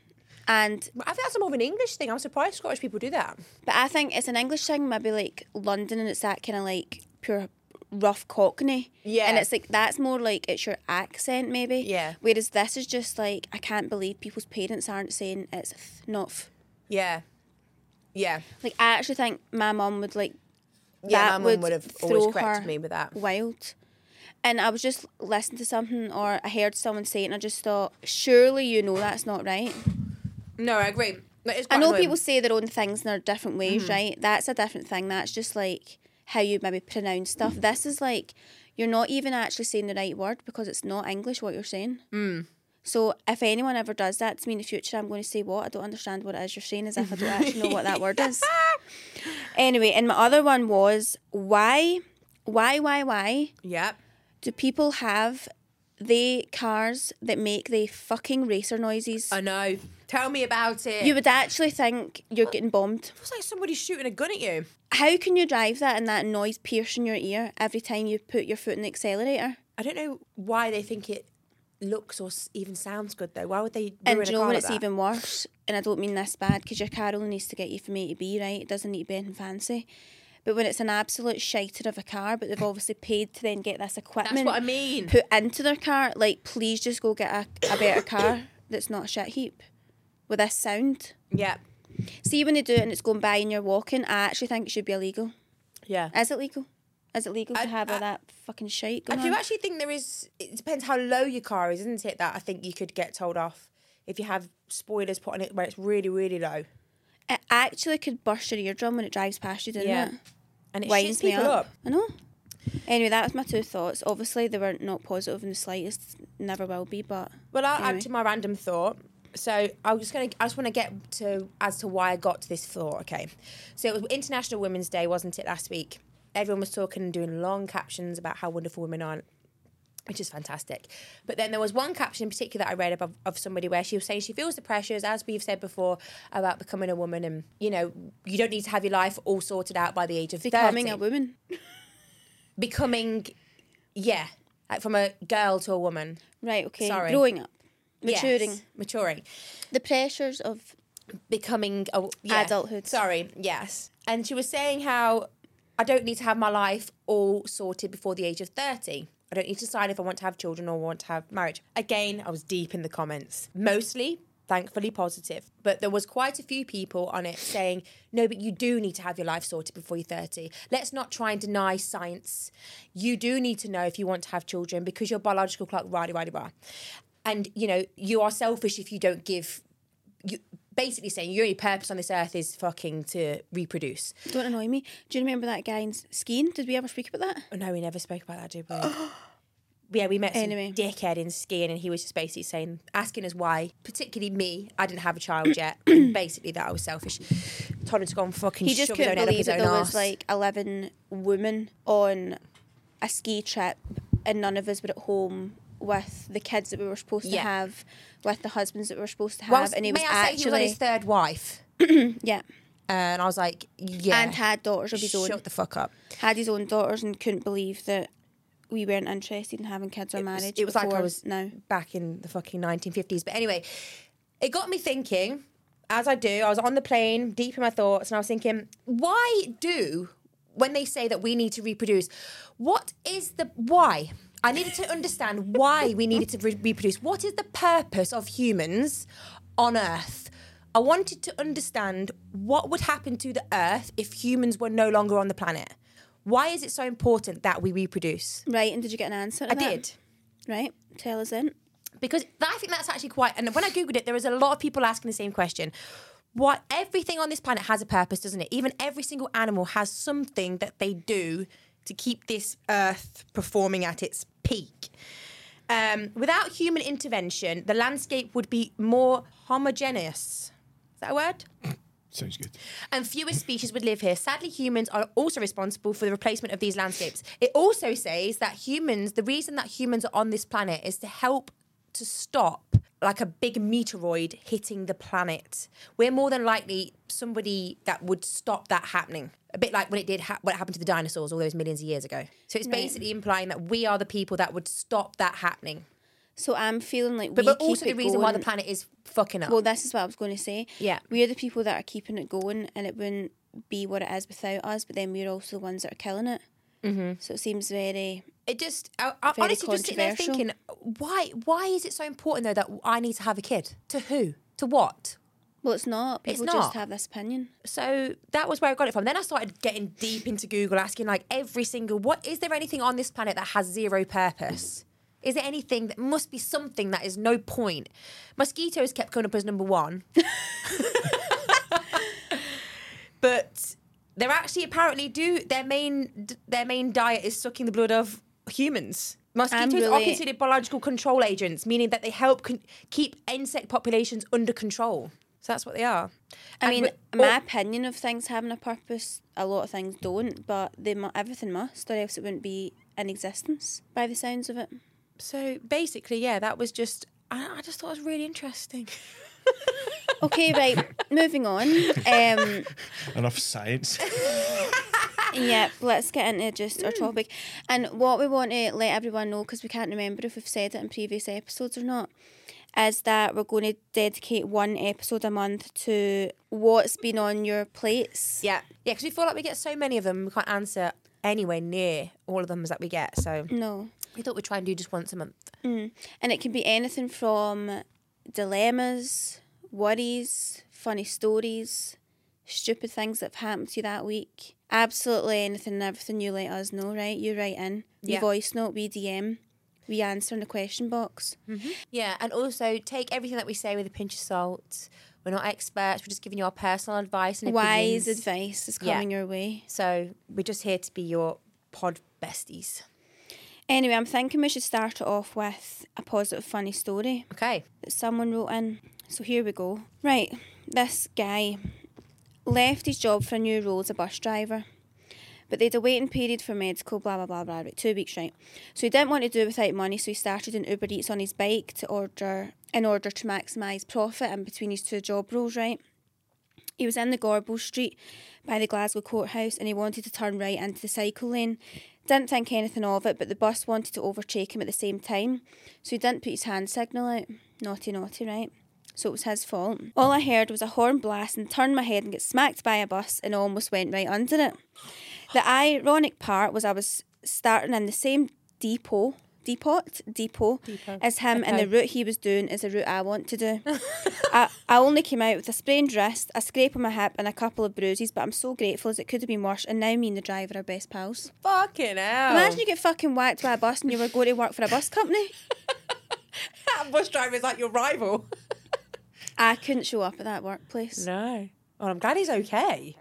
Speaker 2: and
Speaker 1: But I think that's more of an English thing. I'm surprised Scottish people do that.
Speaker 2: But I think it's an English thing, maybe like London, and it's that kind of like pure rough Cockney.
Speaker 1: Yeah.
Speaker 2: And it's like that's more like it's your accent, maybe.
Speaker 1: Yeah.
Speaker 2: Whereas this is just like I can't believe people's parents aren't saying it's th- not. F-.
Speaker 1: Yeah. Yeah.
Speaker 2: Like I actually think my mum would like.
Speaker 1: Yeah,
Speaker 2: that
Speaker 1: my mum would have always
Speaker 2: throw
Speaker 1: corrected
Speaker 2: her
Speaker 1: me with that.
Speaker 2: Wild. And I was just listening to something, or I heard someone say it, and I just thought, surely you know that's not right.
Speaker 1: No, I agree. That is
Speaker 2: I
Speaker 1: quite
Speaker 2: know
Speaker 1: annoying.
Speaker 2: people say their own things in their different ways,
Speaker 1: Mm-hmm.
Speaker 2: right? That's a different thing. That's just like how you maybe pronounce stuff.
Speaker 1: Mm.
Speaker 2: This is like you're not even actually saying the right word because it's not English what you're saying.
Speaker 1: Mm.
Speaker 2: So if anyone ever does that to me in the future, I'm going to say, "What? I don't understand what it is you're saying," as if I don't actually know what that word is. Anyway, and my other one was why, why, why, why
Speaker 1: Yeah.
Speaker 2: do people have the cars that make the fucking racer noises?
Speaker 1: I know. Tell me about it.
Speaker 2: You would actually think you're getting bombed.
Speaker 1: It's like somebody shooting a gun at you.
Speaker 2: How can you drive that and that noise piercing your ear every time you put your foot in the accelerator?
Speaker 1: I don't know why they think it looks or s- even sounds good though. Why would they? Ruin
Speaker 2: And do you
Speaker 1: a
Speaker 2: know
Speaker 1: car
Speaker 2: when
Speaker 1: like
Speaker 2: it's
Speaker 1: that?
Speaker 2: even worse? And I don't mean this bad because your car only needs to get you from A to B, right? It doesn't need to be anything fancy. But when it's an absolute shiter of a car, but they've obviously paid to then get this equipment
Speaker 1: what I mean.
Speaker 2: put into their car, like please just go get a, a better car that's not a shit heap with this sound.
Speaker 1: Yeah,
Speaker 2: See when they do it and it's going by and you're walking, I actually think it should be illegal.
Speaker 1: yeah.
Speaker 2: Is it legal? Is it legal to
Speaker 1: I-
Speaker 2: have all
Speaker 1: I-
Speaker 2: that fucking shite
Speaker 1: I
Speaker 2: going
Speaker 1: do
Speaker 2: on?
Speaker 1: actually think there is. It depends how low your car is, isn't it? That I think you could get told off if you have spoilers put on it where it's really, really low.
Speaker 2: It actually could burst your eardrum when it drives past you, didn't
Speaker 1: Yeah.
Speaker 2: it?
Speaker 1: And it
Speaker 2: Winds
Speaker 1: shits people up.
Speaker 2: I know. Anyway, that was my two thoughts. Obviously, they were not positive in the slightest. Never will be, but
Speaker 1: Well, I'll
Speaker 2: Anyway.
Speaker 1: add to my random thought. So I was gonna, I just want to get to as to why I got to this thought. Okay, so it was International Women's Day, wasn't it last week? everyone was talking and doing long captions about how wonderful women are, which is fantastic. But then there was one caption in particular that I read of, of somebody where she was saying she feels the pressures, as we've said before, about becoming a woman, and you know, you don't need to have your life all sorted out by the age of
Speaker 2: Becoming
Speaker 1: 30.
Speaker 2: a woman.
Speaker 1: Becoming, yeah, like from a girl to a woman.
Speaker 2: Right, okay.
Speaker 1: Sorry.
Speaker 2: Growing up.
Speaker 1: Yes,
Speaker 2: Maturing.
Speaker 1: maturing.
Speaker 2: The pressures of
Speaker 1: becoming a yeah.
Speaker 2: Adulthood.
Speaker 1: Sorry, yes. And she was saying how I don't need to have my life all sorted before the age of 30. I don't need to decide if I want to have children or want to have marriage. Again, I was deep in the comments. Mostly, thankfully, positive. But there was quite a few people on it saying, no, but you do need to have your life sorted before you're 30. Let's not try and deny science. You do need to know if you want to have children because your biological clock, rah, rah, rah. And, you know, you are selfish if you don't give you basically saying your only purpose on this earth is fucking to reproduce.
Speaker 2: Don't annoy me. Do you remember that guy in s- skiing? Did we ever speak about that?
Speaker 1: Oh, no, we never spoke about that, did we? yeah, we met some
Speaker 2: Anyway.
Speaker 1: dickhead in skiing, and he was just basically saying, asking us why, particularly me, I didn't have a child yet. and basically, that I was selfish. Told him to go and fucking
Speaker 2: He just
Speaker 1: shove his own
Speaker 2: couldn't
Speaker 1: head up
Speaker 2: believe
Speaker 1: his
Speaker 2: that
Speaker 1: own
Speaker 2: there
Speaker 1: ass.
Speaker 2: was like eleven women on a ski trip, and none of us were at home with the kids that we were supposed
Speaker 1: Yeah.
Speaker 2: to have, with the husbands that we were supposed to have,
Speaker 1: Whilst-
Speaker 2: and he
Speaker 1: may
Speaker 2: was
Speaker 1: I say
Speaker 2: actually
Speaker 1: he Um, was on his third wife,
Speaker 2: yeah,
Speaker 1: and I was like, yeah,
Speaker 2: and had daughters of his own,
Speaker 1: shut the fuck up.
Speaker 2: had his own daughters, and couldn't believe that we weren't interested in having kids or
Speaker 1: was-
Speaker 2: marriage.
Speaker 1: It was like I
Speaker 2: before
Speaker 1: was
Speaker 2: now.
Speaker 1: back in the fucking 1950s. But anyway, it got me thinking, as I do, I was on the plane, deep in my thoughts, and I was thinking, why do, when they say that we need to reproduce, what is the why? I needed to understand why we needed to re- reproduce. What is the purpose of humans on Earth? I wanted to understand what would happen to the Earth if humans were no longer on the planet. Why is it so important that we reproduce?
Speaker 2: Right, and did you get an answer? to
Speaker 1: I
Speaker 2: that?
Speaker 1: did.
Speaker 2: Right, tell us in.
Speaker 1: because that, I think that's actually quite. And when I googled it, there was a lot of people asking the same question. What everything on this planet has a purpose, doesn't it? Even every single animal has something that they do to keep this Earth performing at its peak. Um, without human intervention, the landscape would be more homogeneous. Is that a word?
Speaker 4: Sounds good.
Speaker 1: and fewer species would live here. Sadly, humans are also responsible for the replacement of these landscapes. It also says that humans, the reason that humans are on this planet is to help to stop like a big meteoroid hitting the planet. We're more than likely somebody that would stop that happening. A bit like when it did ha- when it happened to the dinosaurs all those millions of years ago. So it's basically implying that we are the people that would stop that happening.
Speaker 2: So I'm feeling like
Speaker 1: But,
Speaker 2: we
Speaker 1: but also
Speaker 2: keep
Speaker 1: the
Speaker 2: it
Speaker 1: reason why the
Speaker 2: going.
Speaker 1: planet is fucking up.
Speaker 2: Well, this is what I was going to say.
Speaker 1: Yeah.
Speaker 2: We're the people that are keeping it going and it wouldn't be what it is without us, but then we're also the ones that are killing it. Mm-hmm. So it seems very.
Speaker 1: it just I, I
Speaker 2: Very
Speaker 1: honestly just sitting there thinking
Speaker 2: controversial.
Speaker 1: why why is it so important though that I need to have a kid to who to what
Speaker 2: Well, it's not.
Speaker 1: It's
Speaker 2: People
Speaker 1: not.
Speaker 2: just have this opinion.
Speaker 1: so that was where I got it from then I started getting deep into Google asking like every single what is there anything on this planet that has zero purpose is there anything that must be something that is no point mosquitoes kept coming up as number one but they're actually apparently do their main their main diet is sucking the blood of humans. Mosquitoes are
Speaker 2: really-
Speaker 1: considered biological control agents, meaning that they help con- keep insect populations under control. So that's what they are.
Speaker 2: I
Speaker 1: And
Speaker 2: mean,
Speaker 1: we-
Speaker 2: my
Speaker 1: oh,
Speaker 2: opinion of things having a purpose, a lot of things don't, but they mu- everything must, or else it wouldn't be in existence by the sounds of it.
Speaker 1: so basically, yeah, that was just. I, I just thought it was really interesting.
Speaker 2: Okay, right, moving on. Um,
Speaker 4: Enough science.
Speaker 2: Yep, let's get into just our topic. And what we want to let everyone know, because we can't remember if we've said it in previous episodes or not, is that we're going to dedicate one episode a month to what's been on your plates.
Speaker 1: Yeah, yeah, because we feel like we get so many of them, we can't answer anywhere near all of them that we get. So
Speaker 2: No.
Speaker 1: we thought we'd try and do just once a month.
Speaker 2: And it can be anything from dilemmas, worries, funny stories, stupid things that have happened to you that week. Absolutely anything and everything you let us know, right? You write in. You
Speaker 1: Yeah.
Speaker 2: voice note, we DM, we answer in the question box.
Speaker 1: Yeah, and also take everything that we say with a pinch of salt. We're not experts. We're just giving you our personal advice and
Speaker 2: wise
Speaker 1: opinions.
Speaker 2: advice is
Speaker 1: Yeah.
Speaker 2: coming your way.
Speaker 1: So we're just here to be your pod besties.
Speaker 2: Anyway, I'm thinking we should start it off with a positive, funny story
Speaker 1: Okay.
Speaker 2: that someone wrote in. So here we go. Right, this guy left his job for a new role as a bus driver. But they had a waiting period for medical, blah, blah, blah, blah, about two weeks, right? So he didn't want to do without money, so he started an Uber Eats on his bike to order in order to maximise profit in between his two job roles, right? He was in the Gorbal Street by the Glasgow courthouse and he wanted to turn right into the cycle lane. Didn't think anything of it, but the bus wanted to overtake him at the same time, so he didn't put his hand signal out. Naughty, naughty, right? So it was his fault. All I heard was a horn blast and turned my head and got smacked by a bus and almost went right under it. The ironic part was I was starting in the same depot, depot, depot, as him, and the route he was doing is the route I want to do. I, I only came out with a sprained wrist, a scrape on my hip, and a couple of bruises, but I'm so grateful as it could have been worse. And now me and the driver are best pals.
Speaker 1: Fucking hell.
Speaker 2: Imagine you get fucking whacked by a bus and you were going to work for a bus company.
Speaker 1: that bus driver's like your rival.
Speaker 2: I couldn't show up at that workplace.
Speaker 1: No. Well, I'm glad he's okay.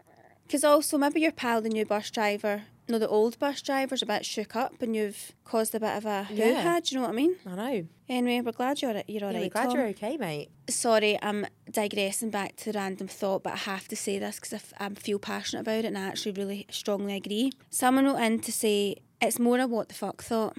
Speaker 2: Because also, maybe your pal, the new bus driver, no, the old bus driver's a bit shook up and you've caused a bit of a hoo
Speaker 1: Yeah.
Speaker 2: ha, do you know what I mean?
Speaker 1: I know.
Speaker 2: Anyway, we're glad you're, you're all
Speaker 1: Yeah,
Speaker 2: right,
Speaker 1: we're glad
Speaker 2: Tom.
Speaker 1: you're okay, mate.
Speaker 2: Sorry, I'm digressing back to random thought, but I have to say this because I feel passionate about it and I actually really strongly agree. Someone wrote in to say, it's more a what the fuck thought.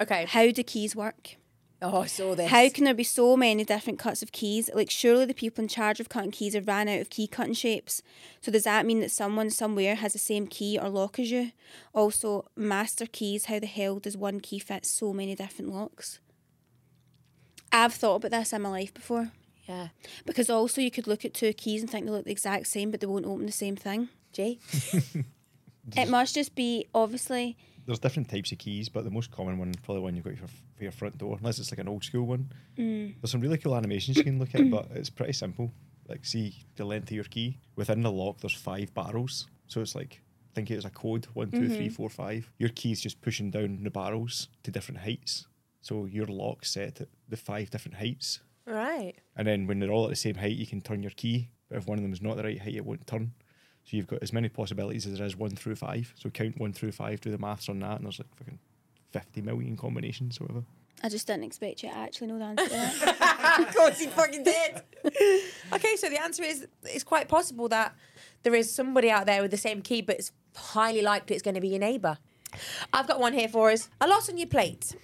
Speaker 1: Okay.
Speaker 2: How do keys work?
Speaker 1: Oh, I saw this.
Speaker 2: How can there be so many different cuts of keys? Like, surely the people in charge of cutting keys have ran out of key cutting shapes. So, does that mean that someone somewhere has the same key or lock as you? Also, master keys, how the hell does one key fit so many different locks? I've thought about this in my life before.
Speaker 1: Yeah.
Speaker 2: Because also, you could look at two keys and think they look the exact same, but they won't open the same thing.
Speaker 1: Jay?
Speaker 2: It must just be, obviously,
Speaker 4: There's different types of keys, but the most common one, probably one you've got for, for your front door, unless it's like an old school one. There's some really cool animations you can look at, but it's pretty simple. Like, see the length of your key. Within the lock, there's five barrels. So it's like, think it as a code one, two, three, four, five. Your key's just pushing down the barrels to different heights. So your lock set at the five different heights.
Speaker 1: Right.
Speaker 4: And then when they're all at the same height, you can turn your key. But if one of them is not the right height, it won't turn. So you've got as many possibilities as there is one through five. So count one through five, do the maths on that, and there's like fucking 50 million combinations or whatever.
Speaker 2: I just didn't expect you to actually know the answer to that.
Speaker 1: of course he fucking did. okay, so the answer is it's quite possible that there is somebody out there with the same key, but it's highly likely it's going to be your neighbour. I've got one here for us. A lot on your plate.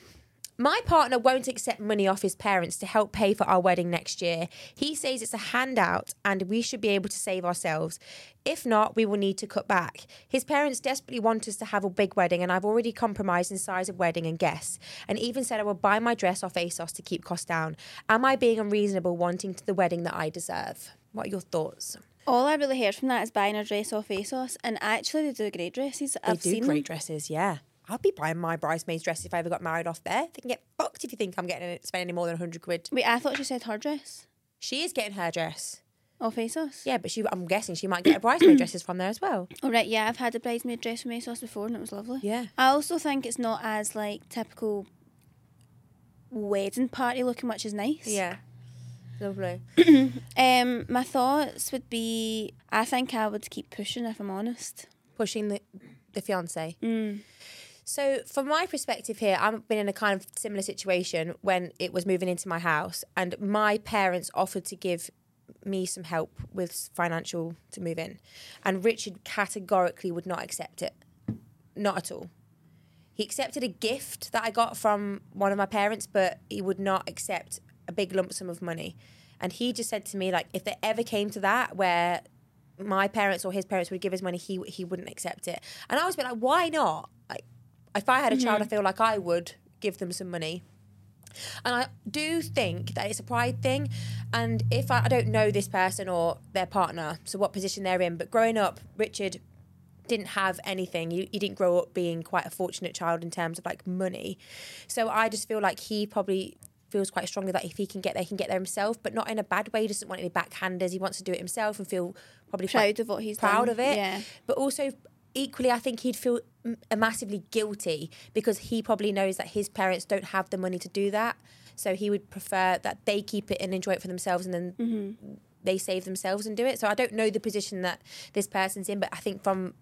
Speaker 1: My partner won't accept money off his parents to help pay for our wedding next year. He says it's a handout and we should be able to save ourselves. If not, we will need to cut back. His parents desperately want us to have a big wedding, and I've already compromised in size of wedding and guests, and even said I will buy my dress off ASOS to keep costs down. Am I being unreasonable wanting to the wedding that I deserve? What are your thoughts?
Speaker 2: All I really heard from that is buying a dress off ASOS, and actually they do great dresses.
Speaker 1: They
Speaker 2: I've
Speaker 1: do
Speaker 2: seen
Speaker 1: great
Speaker 2: them.
Speaker 1: dresses, yeah. I'll be buying my bridesmaid's dress if I ever got married off there. They can get fucked if you think I'm getting spending any more than 100 quid.
Speaker 2: Wait, I thought she said her dress
Speaker 1: She is getting her dress.
Speaker 2: off ASOS.
Speaker 1: Yeah, but she, I'm guessing she might get bridesmaid dresses from there as well.
Speaker 2: All right, yeah, I've had a bridesmaid dress from ASOS before, and it was lovely.
Speaker 1: Yeah.
Speaker 2: I also think it's not as like typical wedding party looking, which is nice.
Speaker 1: Lovely.
Speaker 2: Um, my thoughts would be, I think I would keep pushing if I'm honest.
Speaker 1: Pushing the the fiance. So from my perspective here, I've been in a kind of similar situation when it was moving into my house, and my parents offered to give me some help with financial to move in, and Richard categorically would not accept it, not at all. He accepted a gift that I got from one of my parents, but he would not accept a big lump sum of money. And he just said to me, like, if they ever came to that where my parents or his parents would give us money, he he wouldn't accept it. And I was a bit like, why not? Like, if I had a child, I feel like I would give them some money. And I do think that it's a pride thing. And if I, I don't know this person or their partner, so what position they're in, but growing up, Richard didn't have anything. You, you didn't grow up being quite a fortunate child in terms of like money. So I just feel like he probably feels quite strongly that if he can get there, he can get there himself, but not in a bad way. He doesn't want any backhanders. He wants to do it himself and feel probably quite
Speaker 2: Proud of what he's
Speaker 1: proud
Speaker 2: done.
Speaker 1: of it.
Speaker 2: Yeah.
Speaker 1: But also, equally, I think he'd feel m- massively guilty because he probably knows that his parents don't have the money to do that. So he would prefer that they keep it and enjoy it for themselves and then they save themselves and do it. So I don't know the position that this person's in, but I think from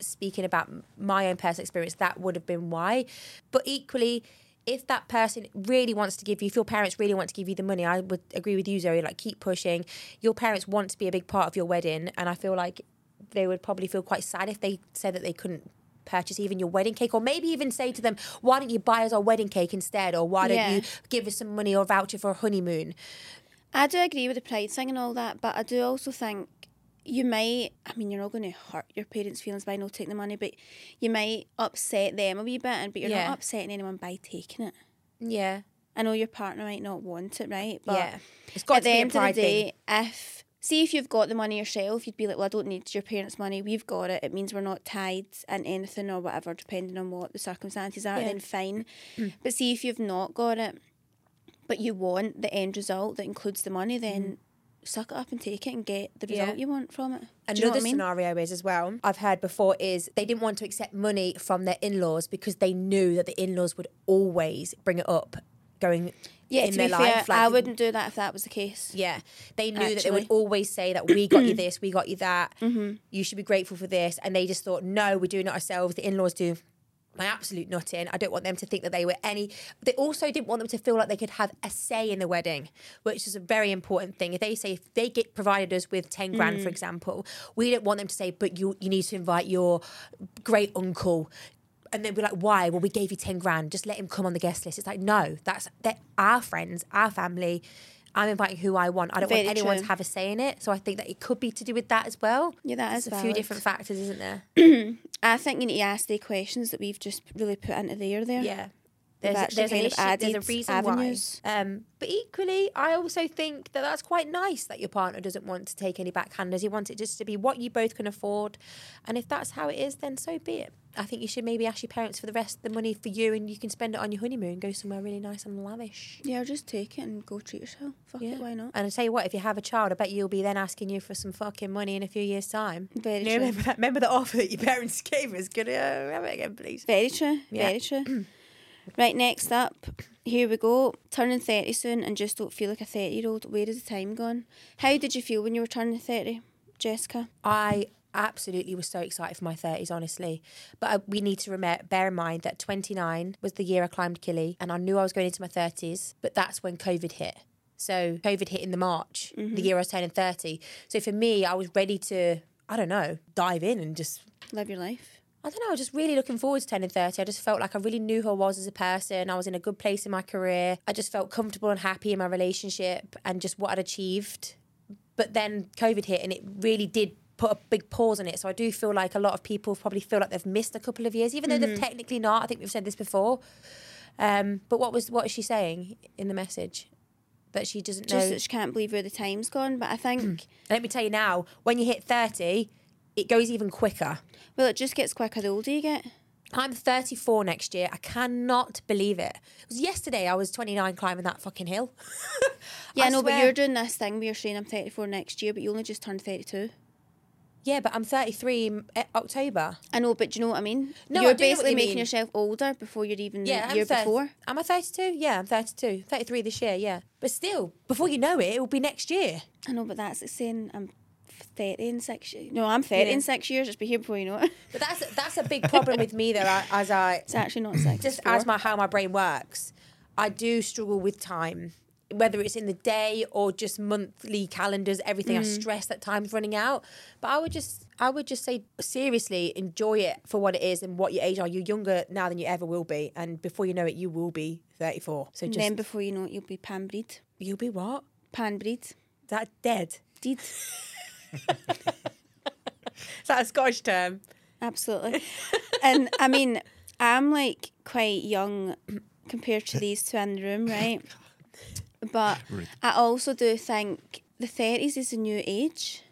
Speaker 1: speaking about m- my own personal experience, that would have been why. But equally, if that person really wants to give you, if your parents really want to give you the money, I would agree with you, Zoe. Like, keep pushing. Your parents want to be a big part of your wedding, and I feel like they would probably feel quite sad if they said that they couldn't purchase even your wedding cake, or maybe even say to them, "Why don't you buy us our wedding cake instead?" Or "Why don't
Speaker 2: Yeah.
Speaker 1: you give us some money or voucher for a honeymoon?"
Speaker 2: I do agree with the pride thing and all that, but I do also think you might, I mean, you're not going to hurt your parents' feelings by not taking the money, but you might upset them a wee bit, and but you're
Speaker 1: Yeah.
Speaker 2: not upsetting anyone by taking it.
Speaker 1: Yeah,
Speaker 2: I know your partner might not want it, right? But
Speaker 1: yeah. It's got
Speaker 2: at
Speaker 1: to
Speaker 2: the
Speaker 1: be a
Speaker 2: end of the
Speaker 1: pride thing.
Speaker 2: day, if see if you've got the money yourself, you'd be like, "Well, I don't need your parents' money. We've got it. It means we're not tied in anything or whatever, depending on what the circumstances are.
Speaker 1: Yeah.
Speaker 2: Then fine. but see if you've not got it, but you want the end result that includes the money, then suck it up and take it and get the
Speaker 1: Mm. Yeah.
Speaker 2: result you want from it. Do
Speaker 1: Another
Speaker 2: you know what I mean?
Speaker 1: scenario is as well, I've heard before, is they didn't want to accept money from their in laws because they knew that the in laws would always bring it up going
Speaker 2: Yeah,
Speaker 1: in
Speaker 2: to
Speaker 1: their
Speaker 2: be fair,
Speaker 1: life. like-
Speaker 2: I wouldn't do that if that was the case.
Speaker 1: Yeah, they knew that they
Speaker 2: Actually. Mm-hmm.
Speaker 1: would always say that we got you this, we got you that. You should be grateful for this, and they just thought, no, we're doing it ourselves. The in-laws do my absolute nutting. I don't want them to think that they were any. They also didn't want them to feel like they could have a say in the wedding, which is a very important thing. If they say if they get provided us with ten grand,
Speaker 2: Mm.
Speaker 1: for example, we don't want them to say, but you you need to invite your great uncle. And then we're like, why? Well, we gave you 10 grand. Just let him come on the guest list. It's like, no, that's they're our friends, our family. I'm inviting who I want. I don't
Speaker 2: Very
Speaker 1: want anyone
Speaker 2: true.
Speaker 1: to have a say in it. So I think that it could be to do with that as well.
Speaker 2: Yeah, that
Speaker 1: There's
Speaker 2: is
Speaker 1: a few
Speaker 2: valid.
Speaker 1: different factors, isn't there?
Speaker 2: I think you need to ask the questions that we've just really put into the air there.
Speaker 1: Yeah. There's,
Speaker 2: actually
Speaker 1: there's, an
Speaker 2: kind of
Speaker 1: issue, there's a
Speaker 2: added
Speaker 1: reason
Speaker 2: avenues.
Speaker 1: why. Um, but equally, I also think that that's quite nice that your partner doesn't want to take any backhanders. You want it just to be what you both can afford. And if that's how it is, then so be it. I think you should maybe ask your parents for the rest of the money for you and you can spend it on your honeymoon, go somewhere really nice and lavish.
Speaker 2: Yeah, I'll just take it and go treat yourself. Fuck it, why not?
Speaker 1: And I tell you what, if you have a child, I bet you'll be then asking you for some fucking money in a few years' time.
Speaker 2: Very
Speaker 1: You know,
Speaker 2: true.
Speaker 1: Remember that, remember that offer that your parents gave us? Could I have it again, please?
Speaker 2: Very true.
Speaker 1: Yeah.
Speaker 2: Very true. right, next up, here we go. Turning 30 soon and just don't feel like a 30 year old. Where is the time gone? How did you feel when you were turning 30, Jessica?
Speaker 1: I absolutely was so excited for my 30s, honestly. But I, we need to remember, bear in mind that 29 was the year I climbed Killy, and I knew I was going into my 30s, but that's when COVID hit. So COVID hit in the March, the year I was turning 30. So for me, I was ready to, I don't know, dive in and just
Speaker 2: Live your life.
Speaker 1: I don't know, I was just really looking forward to turning 30. I just felt like I really knew who I was as a person. I was in a good place in my career. I just felt comfortable and happy in my relationship and just what I'd achieved. But then COVID hit and it really did put a big pause on it. So I do feel like a lot of people probably feel like they've missed a couple of years, even though
Speaker 2: Mm-hmm.
Speaker 1: they've technically not. I think we've said this before. Um, but what was what is she saying in the message? That she doesn't know.
Speaker 2: Just that she can't believe where the time's gone. But I think,
Speaker 1: And let me tell you now, when you hit 30, it goes even quicker.
Speaker 2: well, it just gets quicker the older you get.
Speaker 1: I'm 34 next year. I cannot believe it. It was yesterday I was 29 climbing that fucking hill.
Speaker 2: Yeah,
Speaker 1: I
Speaker 2: no, but
Speaker 1: swear.
Speaker 2: you're doing this thing where you're saying I'm 34 next year, but you only just turned 32.
Speaker 1: Yeah, but I'm 33 in eh, October.
Speaker 2: I know, but do you know what I mean?
Speaker 1: No, I
Speaker 2: you're
Speaker 1: do know what
Speaker 2: basically
Speaker 1: you
Speaker 2: making
Speaker 1: mean.
Speaker 2: yourself older before you're even
Speaker 1: Yeah,
Speaker 2: the
Speaker 1: I'm
Speaker 2: year
Speaker 1: thir-
Speaker 2: before.
Speaker 1: Am I 32? Yeah, I'm 32. 33 this year, yeah. But still, before you know it, it will be next year.
Speaker 2: I know, but that's like saying I'm 30 in six years. No, I'm 30 in
Speaker 1: Yeah.
Speaker 2: six years. It's be here before you know it.
Speaker 1: But that's that's a big problem with me though I- as I
Speaker 2: It's actually not six.
Speaker 1: just
Speaker 2: it's four.
Speaker 1: as my how my brain works, I do struggle with time. Whether it's in the day or just monthly calendars, everything I stress that time's running out. But I would just I would just say seriously, enjoy it for what it is and what your age are. You're younger now than you ever will be. And before you know it, you will be thirty four. So
Speaker 2: And
Speaker 1: just
Speaker 2: then before you know it, you'll be pan breed.
Speaker 1: you'll be what?
Speaker 2: Pan breed.
Speaker 1: Is that dead?
Speaker 2: Deed.
Speaker 1: Is that a Scottish term?
Speaker 2: Absolutely. and I mean, I'm like quite young compared to these two in the room, right? But I also do think the 30s is a new age.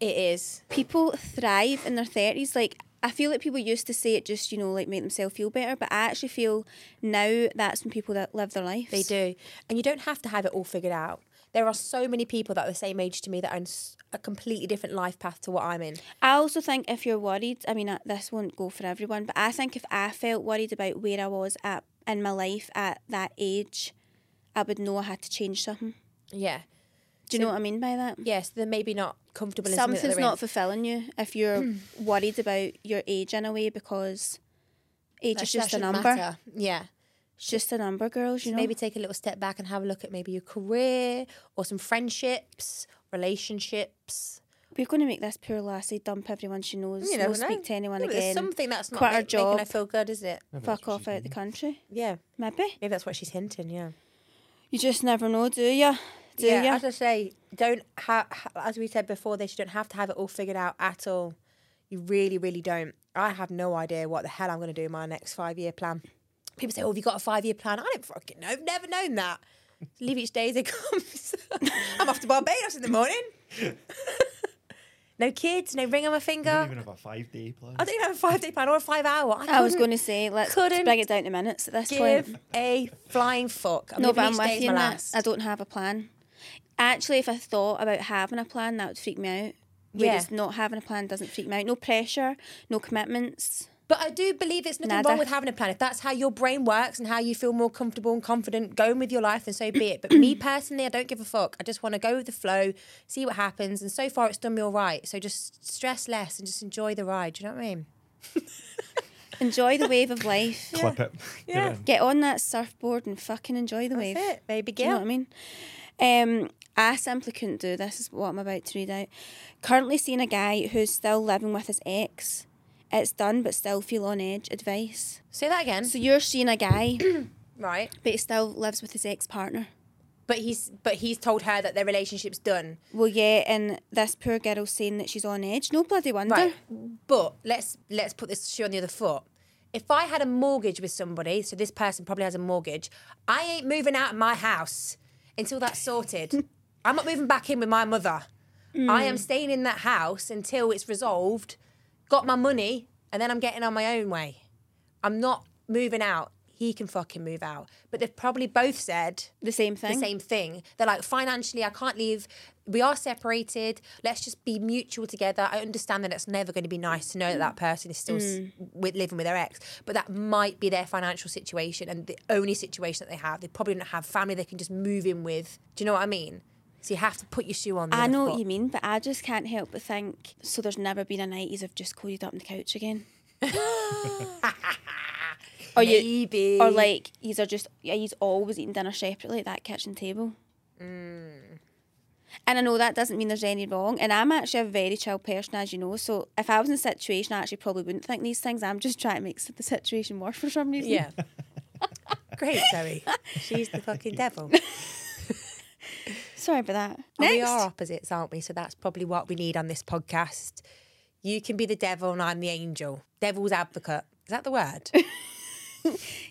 Speaker 1: It is.
Speaker 2: people thrive in their thirties. Like I feel like people used to say it just you know like make themselves feel better, but I actually feel now that's when people that live their lives.
Speaker 1: They do. And you don't have to have it all figured out. There are so many people that are the same age to me that are in s- a completely different life path to what I'm in.
Speaker 2: I also think if you're worried, I mean uh, this won't go for everyone, but I think if I felt worried about where I was at in my life at that age, I would know I had to change something.
Speaker 1: Yeah.
Speaker 2: Do you know what I mean by that?
Speaker 1: Yes, they're maybe not comfortable in something that
Speaker 2: Something's
Speaker 1: they're
Speaker 2: not
Speaker 1: in. Hmm.
Speaker 2: fulfilling you if you're worried about your age in a way because age
Speaker 1: That
Speaker 2: is just a
Speaker 1: shouldn't
Speaker 2: number.
Speaker 1: matter. Yeah.
Speaker 2: It's just a number, girls. You know.
Speaker 1: Maybe take a little step back and have a look at maybe your career or some friendships, relationships,
Speaker 2: we're going to make this poor lassie dump everyone she knows,
Speaker 1: You
Speaker 2: no
Speaker 1: never
Speaker 2: speak
Speaker 1: know.
Speaker 2: to anyone
Speaker 1: Yeah, but
Speaker 2: again,
Speaker 1: There's something that's not
Speaker 2: quit her
Speaker 1: make, making her
Speaker 2: job,
Speaker 1: feel good, is it?
Speaker 2: fuck off out the country.
Speaker 1: Yeah.
Speaker 2: Maybe
Speaker 1: Maybe that's what she's hinting, yeah.
Speaker 2: you just never know, do you? Do
Speaker 1: yeah,
Speaker 2: you?
Speaker 1: as I say, don't ha- ha- as we said before this, you don't have to have it all figured out at all. You really, really don't. I have no idea what the hell I'm going to do in my next five year plan. People say, "Oh, have you got a five year plan?" I don't fucking know. I've never known that. Live each day as it comes. I'm off to Barbados in the morning. no kids, no ring on my
Speaker 4: I don't
Speaker 1: finger.
Speaker 4: even have a five day plan.
Speaker 1: I don't even have a five day plan or a five hour. I,
Speaker 2: I was
Speaker 1: couldn't
Speaker 2: going to say let's
Speaker 1: couldn't
Speaker 2: bring it down to minutes at this
Speaker 1: give
Speaker 2: point.
Speaker 1: a flying fuck. I'm
Speaker 2: No, but
Speaker 1: living
Speaker 2: I'm
Speaker 1: each
Speaker 2: with you.
Speaker 1: day as my
Speaker 2: in that.
Speaker 1: last.
Speaker 2: I don't have a plan. Actually, if I thought about having a plan, that would freak me out.
Speaker 1: Yeah.
Speaker 2: Whereas not having a plan doesn't freak me out. No pressure, no commitments.
Speaker 1: But I do believe it's nothing
Speaker 2: Nada.
Speaker 1: wrong with having a plan. If that's how your brain works and how you feel more comfortable and confident going with your life, then so be it. But me personally, I don't give a fuck. I just want to go with the flow, see what happens. And so far, it's done me all right. So just stress less and just enjoy the ride. Do you know what I mean?
Speaker 2: Enjoy the wave of life.
Speaker 4: Clip it.
Speaker 1: Yeah.
Speaker 2: Get on that surfboard and fucking enjoy the wave.
Speaker 1: That's it, baby
Speaker 2: Do you know what I
Speaker 1: girl.
Speaker 2: mean? Um, I simply couldn't do this. Is what I'm about to read out. Currently seeing a guy who's still living with his ex. It's done, but still feel on edge. Advice.
Speaker 1: Say that again.
Speaker 2: So you're seeing a guy,
Speaker 1: right.
Speaker 2: but he still lives with his ex partner.
Speaker 1: But he's but he's told her that their relationship's done.
Speaker 2: Well, yeah, and this poor girl's saying that she's on edge. No bloody wonder.
Speaker 1: Right. But let's let's put this shoe on the other foot. If I had a mortgage with somebody, so this person probably has a mortgage, I ain't moving out of my house until that's sorted. I'm not moving back in with my mother. I am staying in that house until it's resolved, got my money, and then I'm getting on my own way. I'm not moving out. He can fucking move out. But they've probably both said
Speaker 2: The same thing.
Speaker 1: the same thing. They're like, financially, I can't leave. We are separated. Let's just be mutual together. I understand that it's never going to be nice to know that that
Speaker 2: Mm.
Speaker 1: person is still s- with, living with their ex, but that might be their financial situation and the only situation that they have. They probably don't have family they can just move in with. Do you know what I mean? So you have to put your shoe on. The
Speaker 2: I
Speaker 1: other
Speaker 2: know
Speaker 1: foot.
Speaker 2: what you mean, but I just can't help but think. So there's never been a night he's have just coiled up on the couch again. or you,
Speaker 1: Maybe.
Speaker 2: or like he's are just yeah, he's always eating dinner separately at that kitchen table. Mm. And I know that doesn't mean there's any wrong. And I'm actually a very chill person, as you know. So if I was in a situation, I actually probably wouldn't think these things. I'm just trying to make the situation worse for some reason.
Speaker 1: Yeah. Great, Zoe. She's the fucking devil.
Speaker 2: Sorry about that.
Speaker 1: And
Speaker 2: Next.
Speaker 1: We are opposites, aren't we? So that's probably what we need on this podcast. You can be the devil and I'm the angel. Devil's advocate. Is that the word? but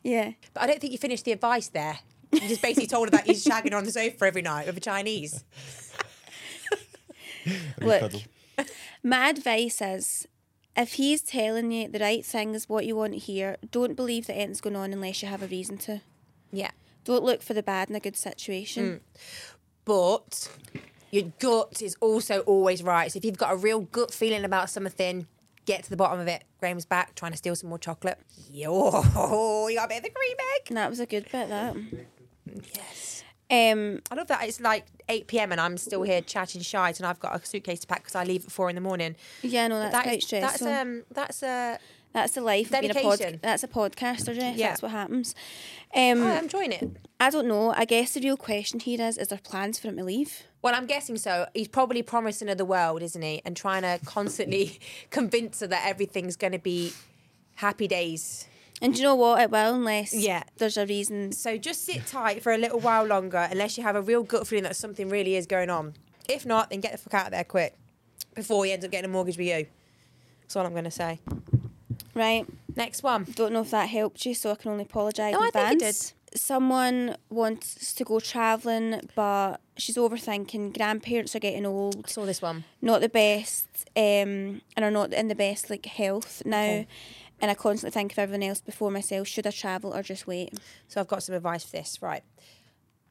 Speaker 2: Yeah.
Speaker 1: I don't think you finished the advice there. You just basically told her that he's shagging her on the sofa every night with a Chinese.
Speaker 2: Look, My advice is if he's telling you the right thing is what you want to hear, don't believe that anything's going on unless you have a reason to.
Speaker 1: Yeah.
Speaker 2: Don't look for the bad in a good
Speaker 1: Mm.
Speaker 2: situation.
Speaker 1: But your gut is also always right. So if you've got a real gut feeling about something, get to the bottom of it. Graham's back trying to steal some more chocolate. Yo, you got a bit of the cream egg.
Speaker 2: And that was a good bit, that.
Speaker 1: Yes.
Speaker 2: Um,
Speaker 1: I love that it's like 8 p.m. and I'm still here chatting shite, and I've got a suitcase to pack because I leave at four in the morning.
Speaker 2: yeah, no, that's
Speaker 1: That
Speaker 2: quite
Speaker 1: is-
Speaker 2: stressful.
Speaker 1: That's um, that's uh,
Speaker 2: That's the life of being a pod-
Speaker 1: dedication.
Speaker 2: That's a podcaster, Jeff.
Speaker 1: Yeah.
Speaker 2: That's what happens. Um,
Speaker 1: oh, I'm enjoying it.
Speaker 2: I don't know. I guess the real question here is: Is there plans for him to leave?
Speaker 1: Well, I'm guessing so. He's probably promising her the world, isn't he? And trying to constantly convince her that everything's going to be happy days.
Speaker 2: And do you know what? It will, unless
Speaker 1: Yeah.
Speaker 2: there's a reason.
Speaker 1: So just sit tight for a little while longer, unless you have a real gut feeling that something really is going on. If not, then get the fuck out of there quick before he ends up getting a mortgage with you. That's all I'm going to say.
Speaker 2: Right.
Speaker 1: Next one.
Speaker 2: Don't know if that helped you, so I can only apologise
Speaker 1: No,
Speaker 2: in
Speaker 1: I think it
Speaker 2: advance. Someone wants to go travelling, but she's overthinking. Grandparents are getting old,
Speaker 1: Saw this one.
Speaker 2: not the best, um, and are not in the best like health now. And I constantly think of everyone else before myself. Should I travel or just wait?
Speaker 1: So I've got some advice for this. Right.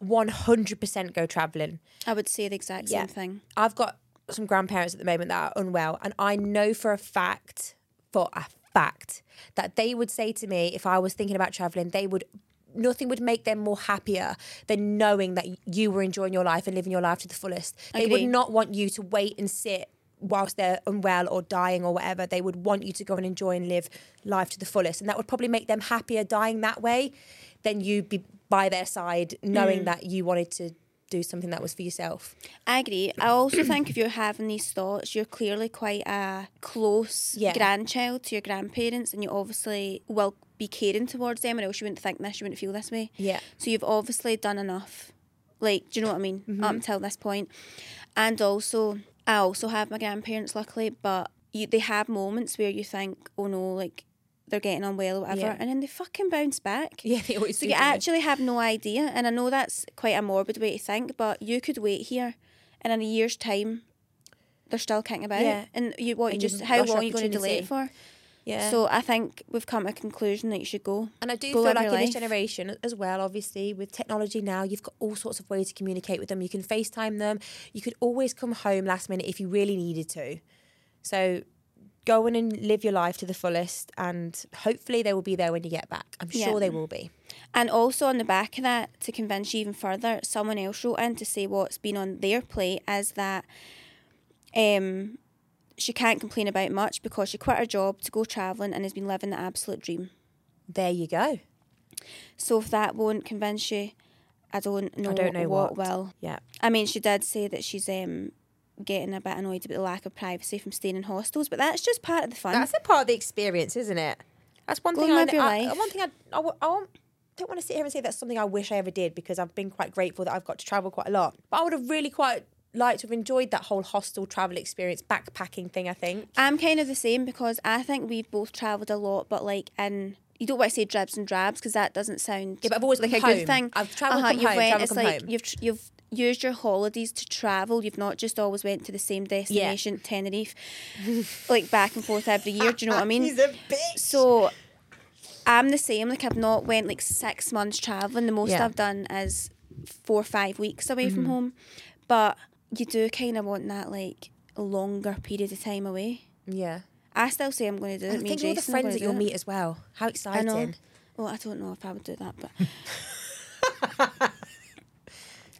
Speaker 1: 100% go travelling.
Speaker 2: I would say the exact
Speaker 1: Yeah.
Speaker 2: same thing.
Speaker 1: I've got some grandparents at the moment that are unwell, and I know for a fact, for a fact, that they would say to me if I was thinking about traveling, they would. Nothing would make them more happier than knowing that you were enjoying your life and living your life to the fullest. They
Speaker 2: Agree.
Speaker 1: would not want you to wait and sit whilst they're unwell or dying or whatever. They would want you to go and enjoy and live life to the fullest. And that would probably make them happier dying that way than you be by their side knowing that you wanted to do something that was for yourself.
Speaker 2: I agree. I also think if you're having these thoughts, you're clearly quite a close
Speaker 1: Yeah.
Speaker 2: grandchild to your grandparents, and you obviously will be caring towards them, or else you wouldn't think this, you wouldn't feel this way.
Speaker 1: Yeah.
Speaker 2: So you've obviously done enough. Like, do you know what I mean?
Speaker 1: Mm-hmm.
Speaker 2: Up until this point, and also I also have my grandparents, luckily, but you, they have moments where you think, oh no, like they're getting on well or whatever,
Speaker 1: Yeah.
Speaker 2: and then they fucking bounce back.
Speaker 1: Yeah, they always
Speaker 2: So
Speaker 1: do,
Speaker 2: you
Speaker 1: don't they?
Speaker 2: actually have no idea, and I know that's quite a morbid way to think, but you could wait here, and in a year's time, they're still kicking about.
Speaker 1: Yeah.
Speaker 2: And you what?
Speaker 1: And
Speaker 2: you
Speaker 1: you
Speaker 2: just
Speaker 1: have
Speaker 2: how
Speaker 1: lost your
Speaker 2: long are you going to delay it for?
Speaker 1: Yeah.
Speaker 2: So I think we've come to a conclusion that you should go.
Speaker 1: And I do
Speaker 2: Go live
Speaker 1: feel like in
Speaker 2: your
Speaker 1: this
Speaker 2: life.
Speaker 1: generation as well, obviously, with technology now, you've got all sorts of ways to communicate with them. You can FaceTime them. You could always come home last minute if you really needed to. So go in and live your life to the fullest and hopefully they will be there when you get back. I'm
Speaker 2: Yeah.
Speaker 1: sure they will be.
Speaker 2: And also on the back of that, to convince you even further, someone else wrote in to say what's been on their plate is that um, she can't complain about much because she quit her job to go travelling and has been living the absolute dream.
Speaker 1: There you go.
Speaker 2: So if that won't convince you, I don't know,
Speaker 1: I don't know
Speaker 2: what,
Speaker 1: what.
Speaker 2: will.
Speaker 1: Yeah.
Speaker 2: I mean, she did say that she's um, getting a bit annoyed about the lack of privacy from staying in hostels, but that's just part of the fun.
Speaker 1: That's a part of the experience, isn't it? That's one
Speaker 2: Go
Speaker 1: thing.
Speaker 2: and
Speaker 1: I,
Speaker 2: live your
Speaker 1: I,
Speaker 2: life.
Speaker 1: one thing I, I, w- I won't- don't want to sit here and say that's something I wish I ever did because I've been quite grateful that I've got to travel quite a lot. But I would have really quite liked to have enjoyed that whole hostel travel experience, backpacking thing. I think.
Speaker 2: I'm kind of the same because I think we've both travelled a lot, but like in you don't want to say dribs and drabs because that doesn't sound
Speaker 1: Yeah, but I've always
Speaker 2: like
Speaker 1: come
Speaker 2: a good
Speaker 1: home.
Speaker 2: thing.
Speaker 1: I've travelled, come
Speaker 2: you've
Speaker 1: home,
Speaker 2: went.
Speaker 1: travelled,
Speaker 2: it's
Speaker 1: come
Speaker 2: like
Speaker 1: home.
Speaker 2: you've tr- you've used your holidays to travel. You've not just always went to the same destination, Tenerife, like back and forth every year. Do you know what I mean?
Speaker 1: He's a bitch.
Speaker 2: So I'm the same. Like I've not went like six months traveling. The most
Speaker 1: Yeah. Mm.
Speaker 2: I've done is four or five weeks away from home. But you do kind of want that like longer period of time away.
Speaker 1: Yeah.
Speaker 2: I still say I'm going to do it.
Speaker 1: And
Speaker 2: Me
Speaker 1: think
Speaker 2: and
Speaker 1: of all the
Speaker 2: Jason are
Speaker 1: friends that
Speaker 2: gonna
Speaker 1: you'll
Speaker 2: do it.
Speaker 1: meet as well. How
Speaker 2: I
Speaker 1: exciting!
Speaker 2: know. Well, I don't know if I would do that, but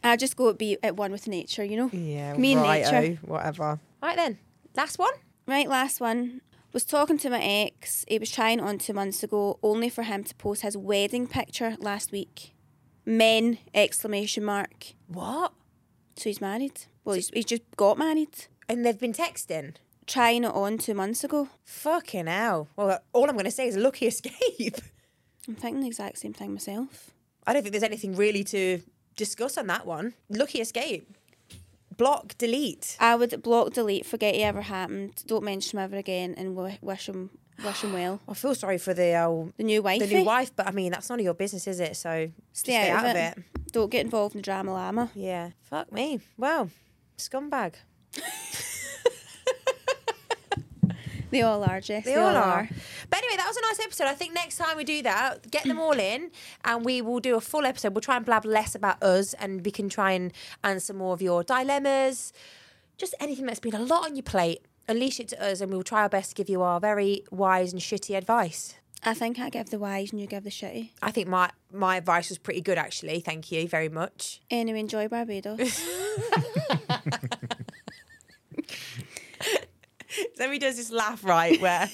Speaker 2: I just go be at one with nature, you know. Me and nature.
Speaker 1: whatever. Right then, last one.
Speaker 2: Right, last one. Was talking to my ex. He was trying on two months ago, only for him to post his wedding picture last week. Men! Exclamation mark.
Speaker 1: What?
Speaker 2: So he's married. Well, he's, he's just got married.
Speaker 1: And they've been texting.
Speaker 2: Trying it on two months ago.
Speaker 1: Fucking hell. Well, all I'm going to say is lucky escape.
Speaker 2: I'm thinking the exact same thing myself.
Speaker 1: I don't think there's anything really to discuss on that one. Lucky escape. Block, delete.
Speaker 2: I would block, delete, forget he ever happened, don't mention him ever again, and wi- wish him wish him well.
Speaker 1: I feel sorry for the old,
Speaker 2: The new wife.
Speaker 1: the new wife, but I mean that's none of your business, is it? So just
Speaker 2: Stay,
Speaker 1: stay out of it.
Speaker 2: Don't get involved in the drama llama.
Speaker 1: Yeah. Fuck me. Well, scumbag.
Speaker 2: They all are, Jess.
Speaker 1: They all are. But anyway, that was a nice episode. I think next time we do that, get them all in, and we will do a full episode. We'll try and blab less about us, and we can try and answer more of your dilemmas, just anything that's been a lot on your plate. Unleash it to us, and we will try our best to give you our very wise and shitty advice.
Speaker 2: I think I give the wise and you give the shitty.
Speaker 1: I think my my advice was pretty good actually. Thank you very much.
Speaker 2: Anyway, enjoy Barbados.
Speaker 1: Zoe does this laugh right where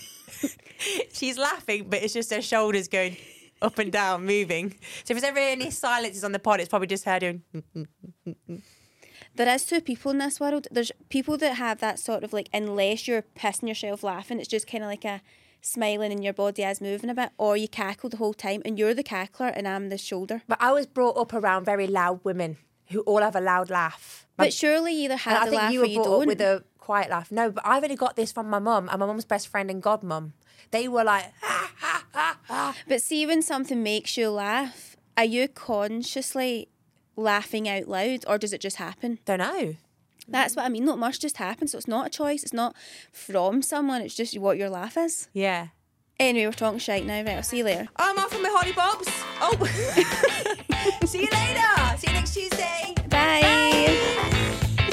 Speaker 1: she's laughing, but it's just her shoulders going up and down, moving. So if there's ever any silences on the pod, it's probably just her doing.
Speaker 2: there is two people in this world. There's people that have that sort of like, unless you're pissing yourself laughing, it's just kind of like a smiling and your body is moving a bit, or you cackle the whole time and you're the cackler and I'm the shoulder.
Speaker 1: But I was brought up around very loud women who all have a loud laugh. My-
Speaker 2: But surely you either
Speaker 1: and
Speaker 2: have
Speaker 1: I
Speaker 2: the
Speaker 1: think
Speaker 2: laugh
Speaker 1: you
Speaker 2: or
Speaker 1: were
Speaker 2: you
Speaker 1: brought
Speaker 2: don't.
Speaker 1: up with a quiet laugh. No, but I've only got this from my mum and my mum's best friend and godmum. They were like,
Speaker 2: But see, when something makes you laugh, are you consciously laughing out loud or does it just happen?
Speaker 1: don't know.
Speaker 2: That's what I mean. Not much just happens. So it's not a choice. It's not from someone. It's just what your laugh is.
Speaker 1: Yeah.
Speaker 2: Anyway, we're talking shite now. Right, I'll see you later.
Speaker 1: I'm off on my holly bobs. Oh, see you later. See you next Tuesday.
Speaker 2: Bye.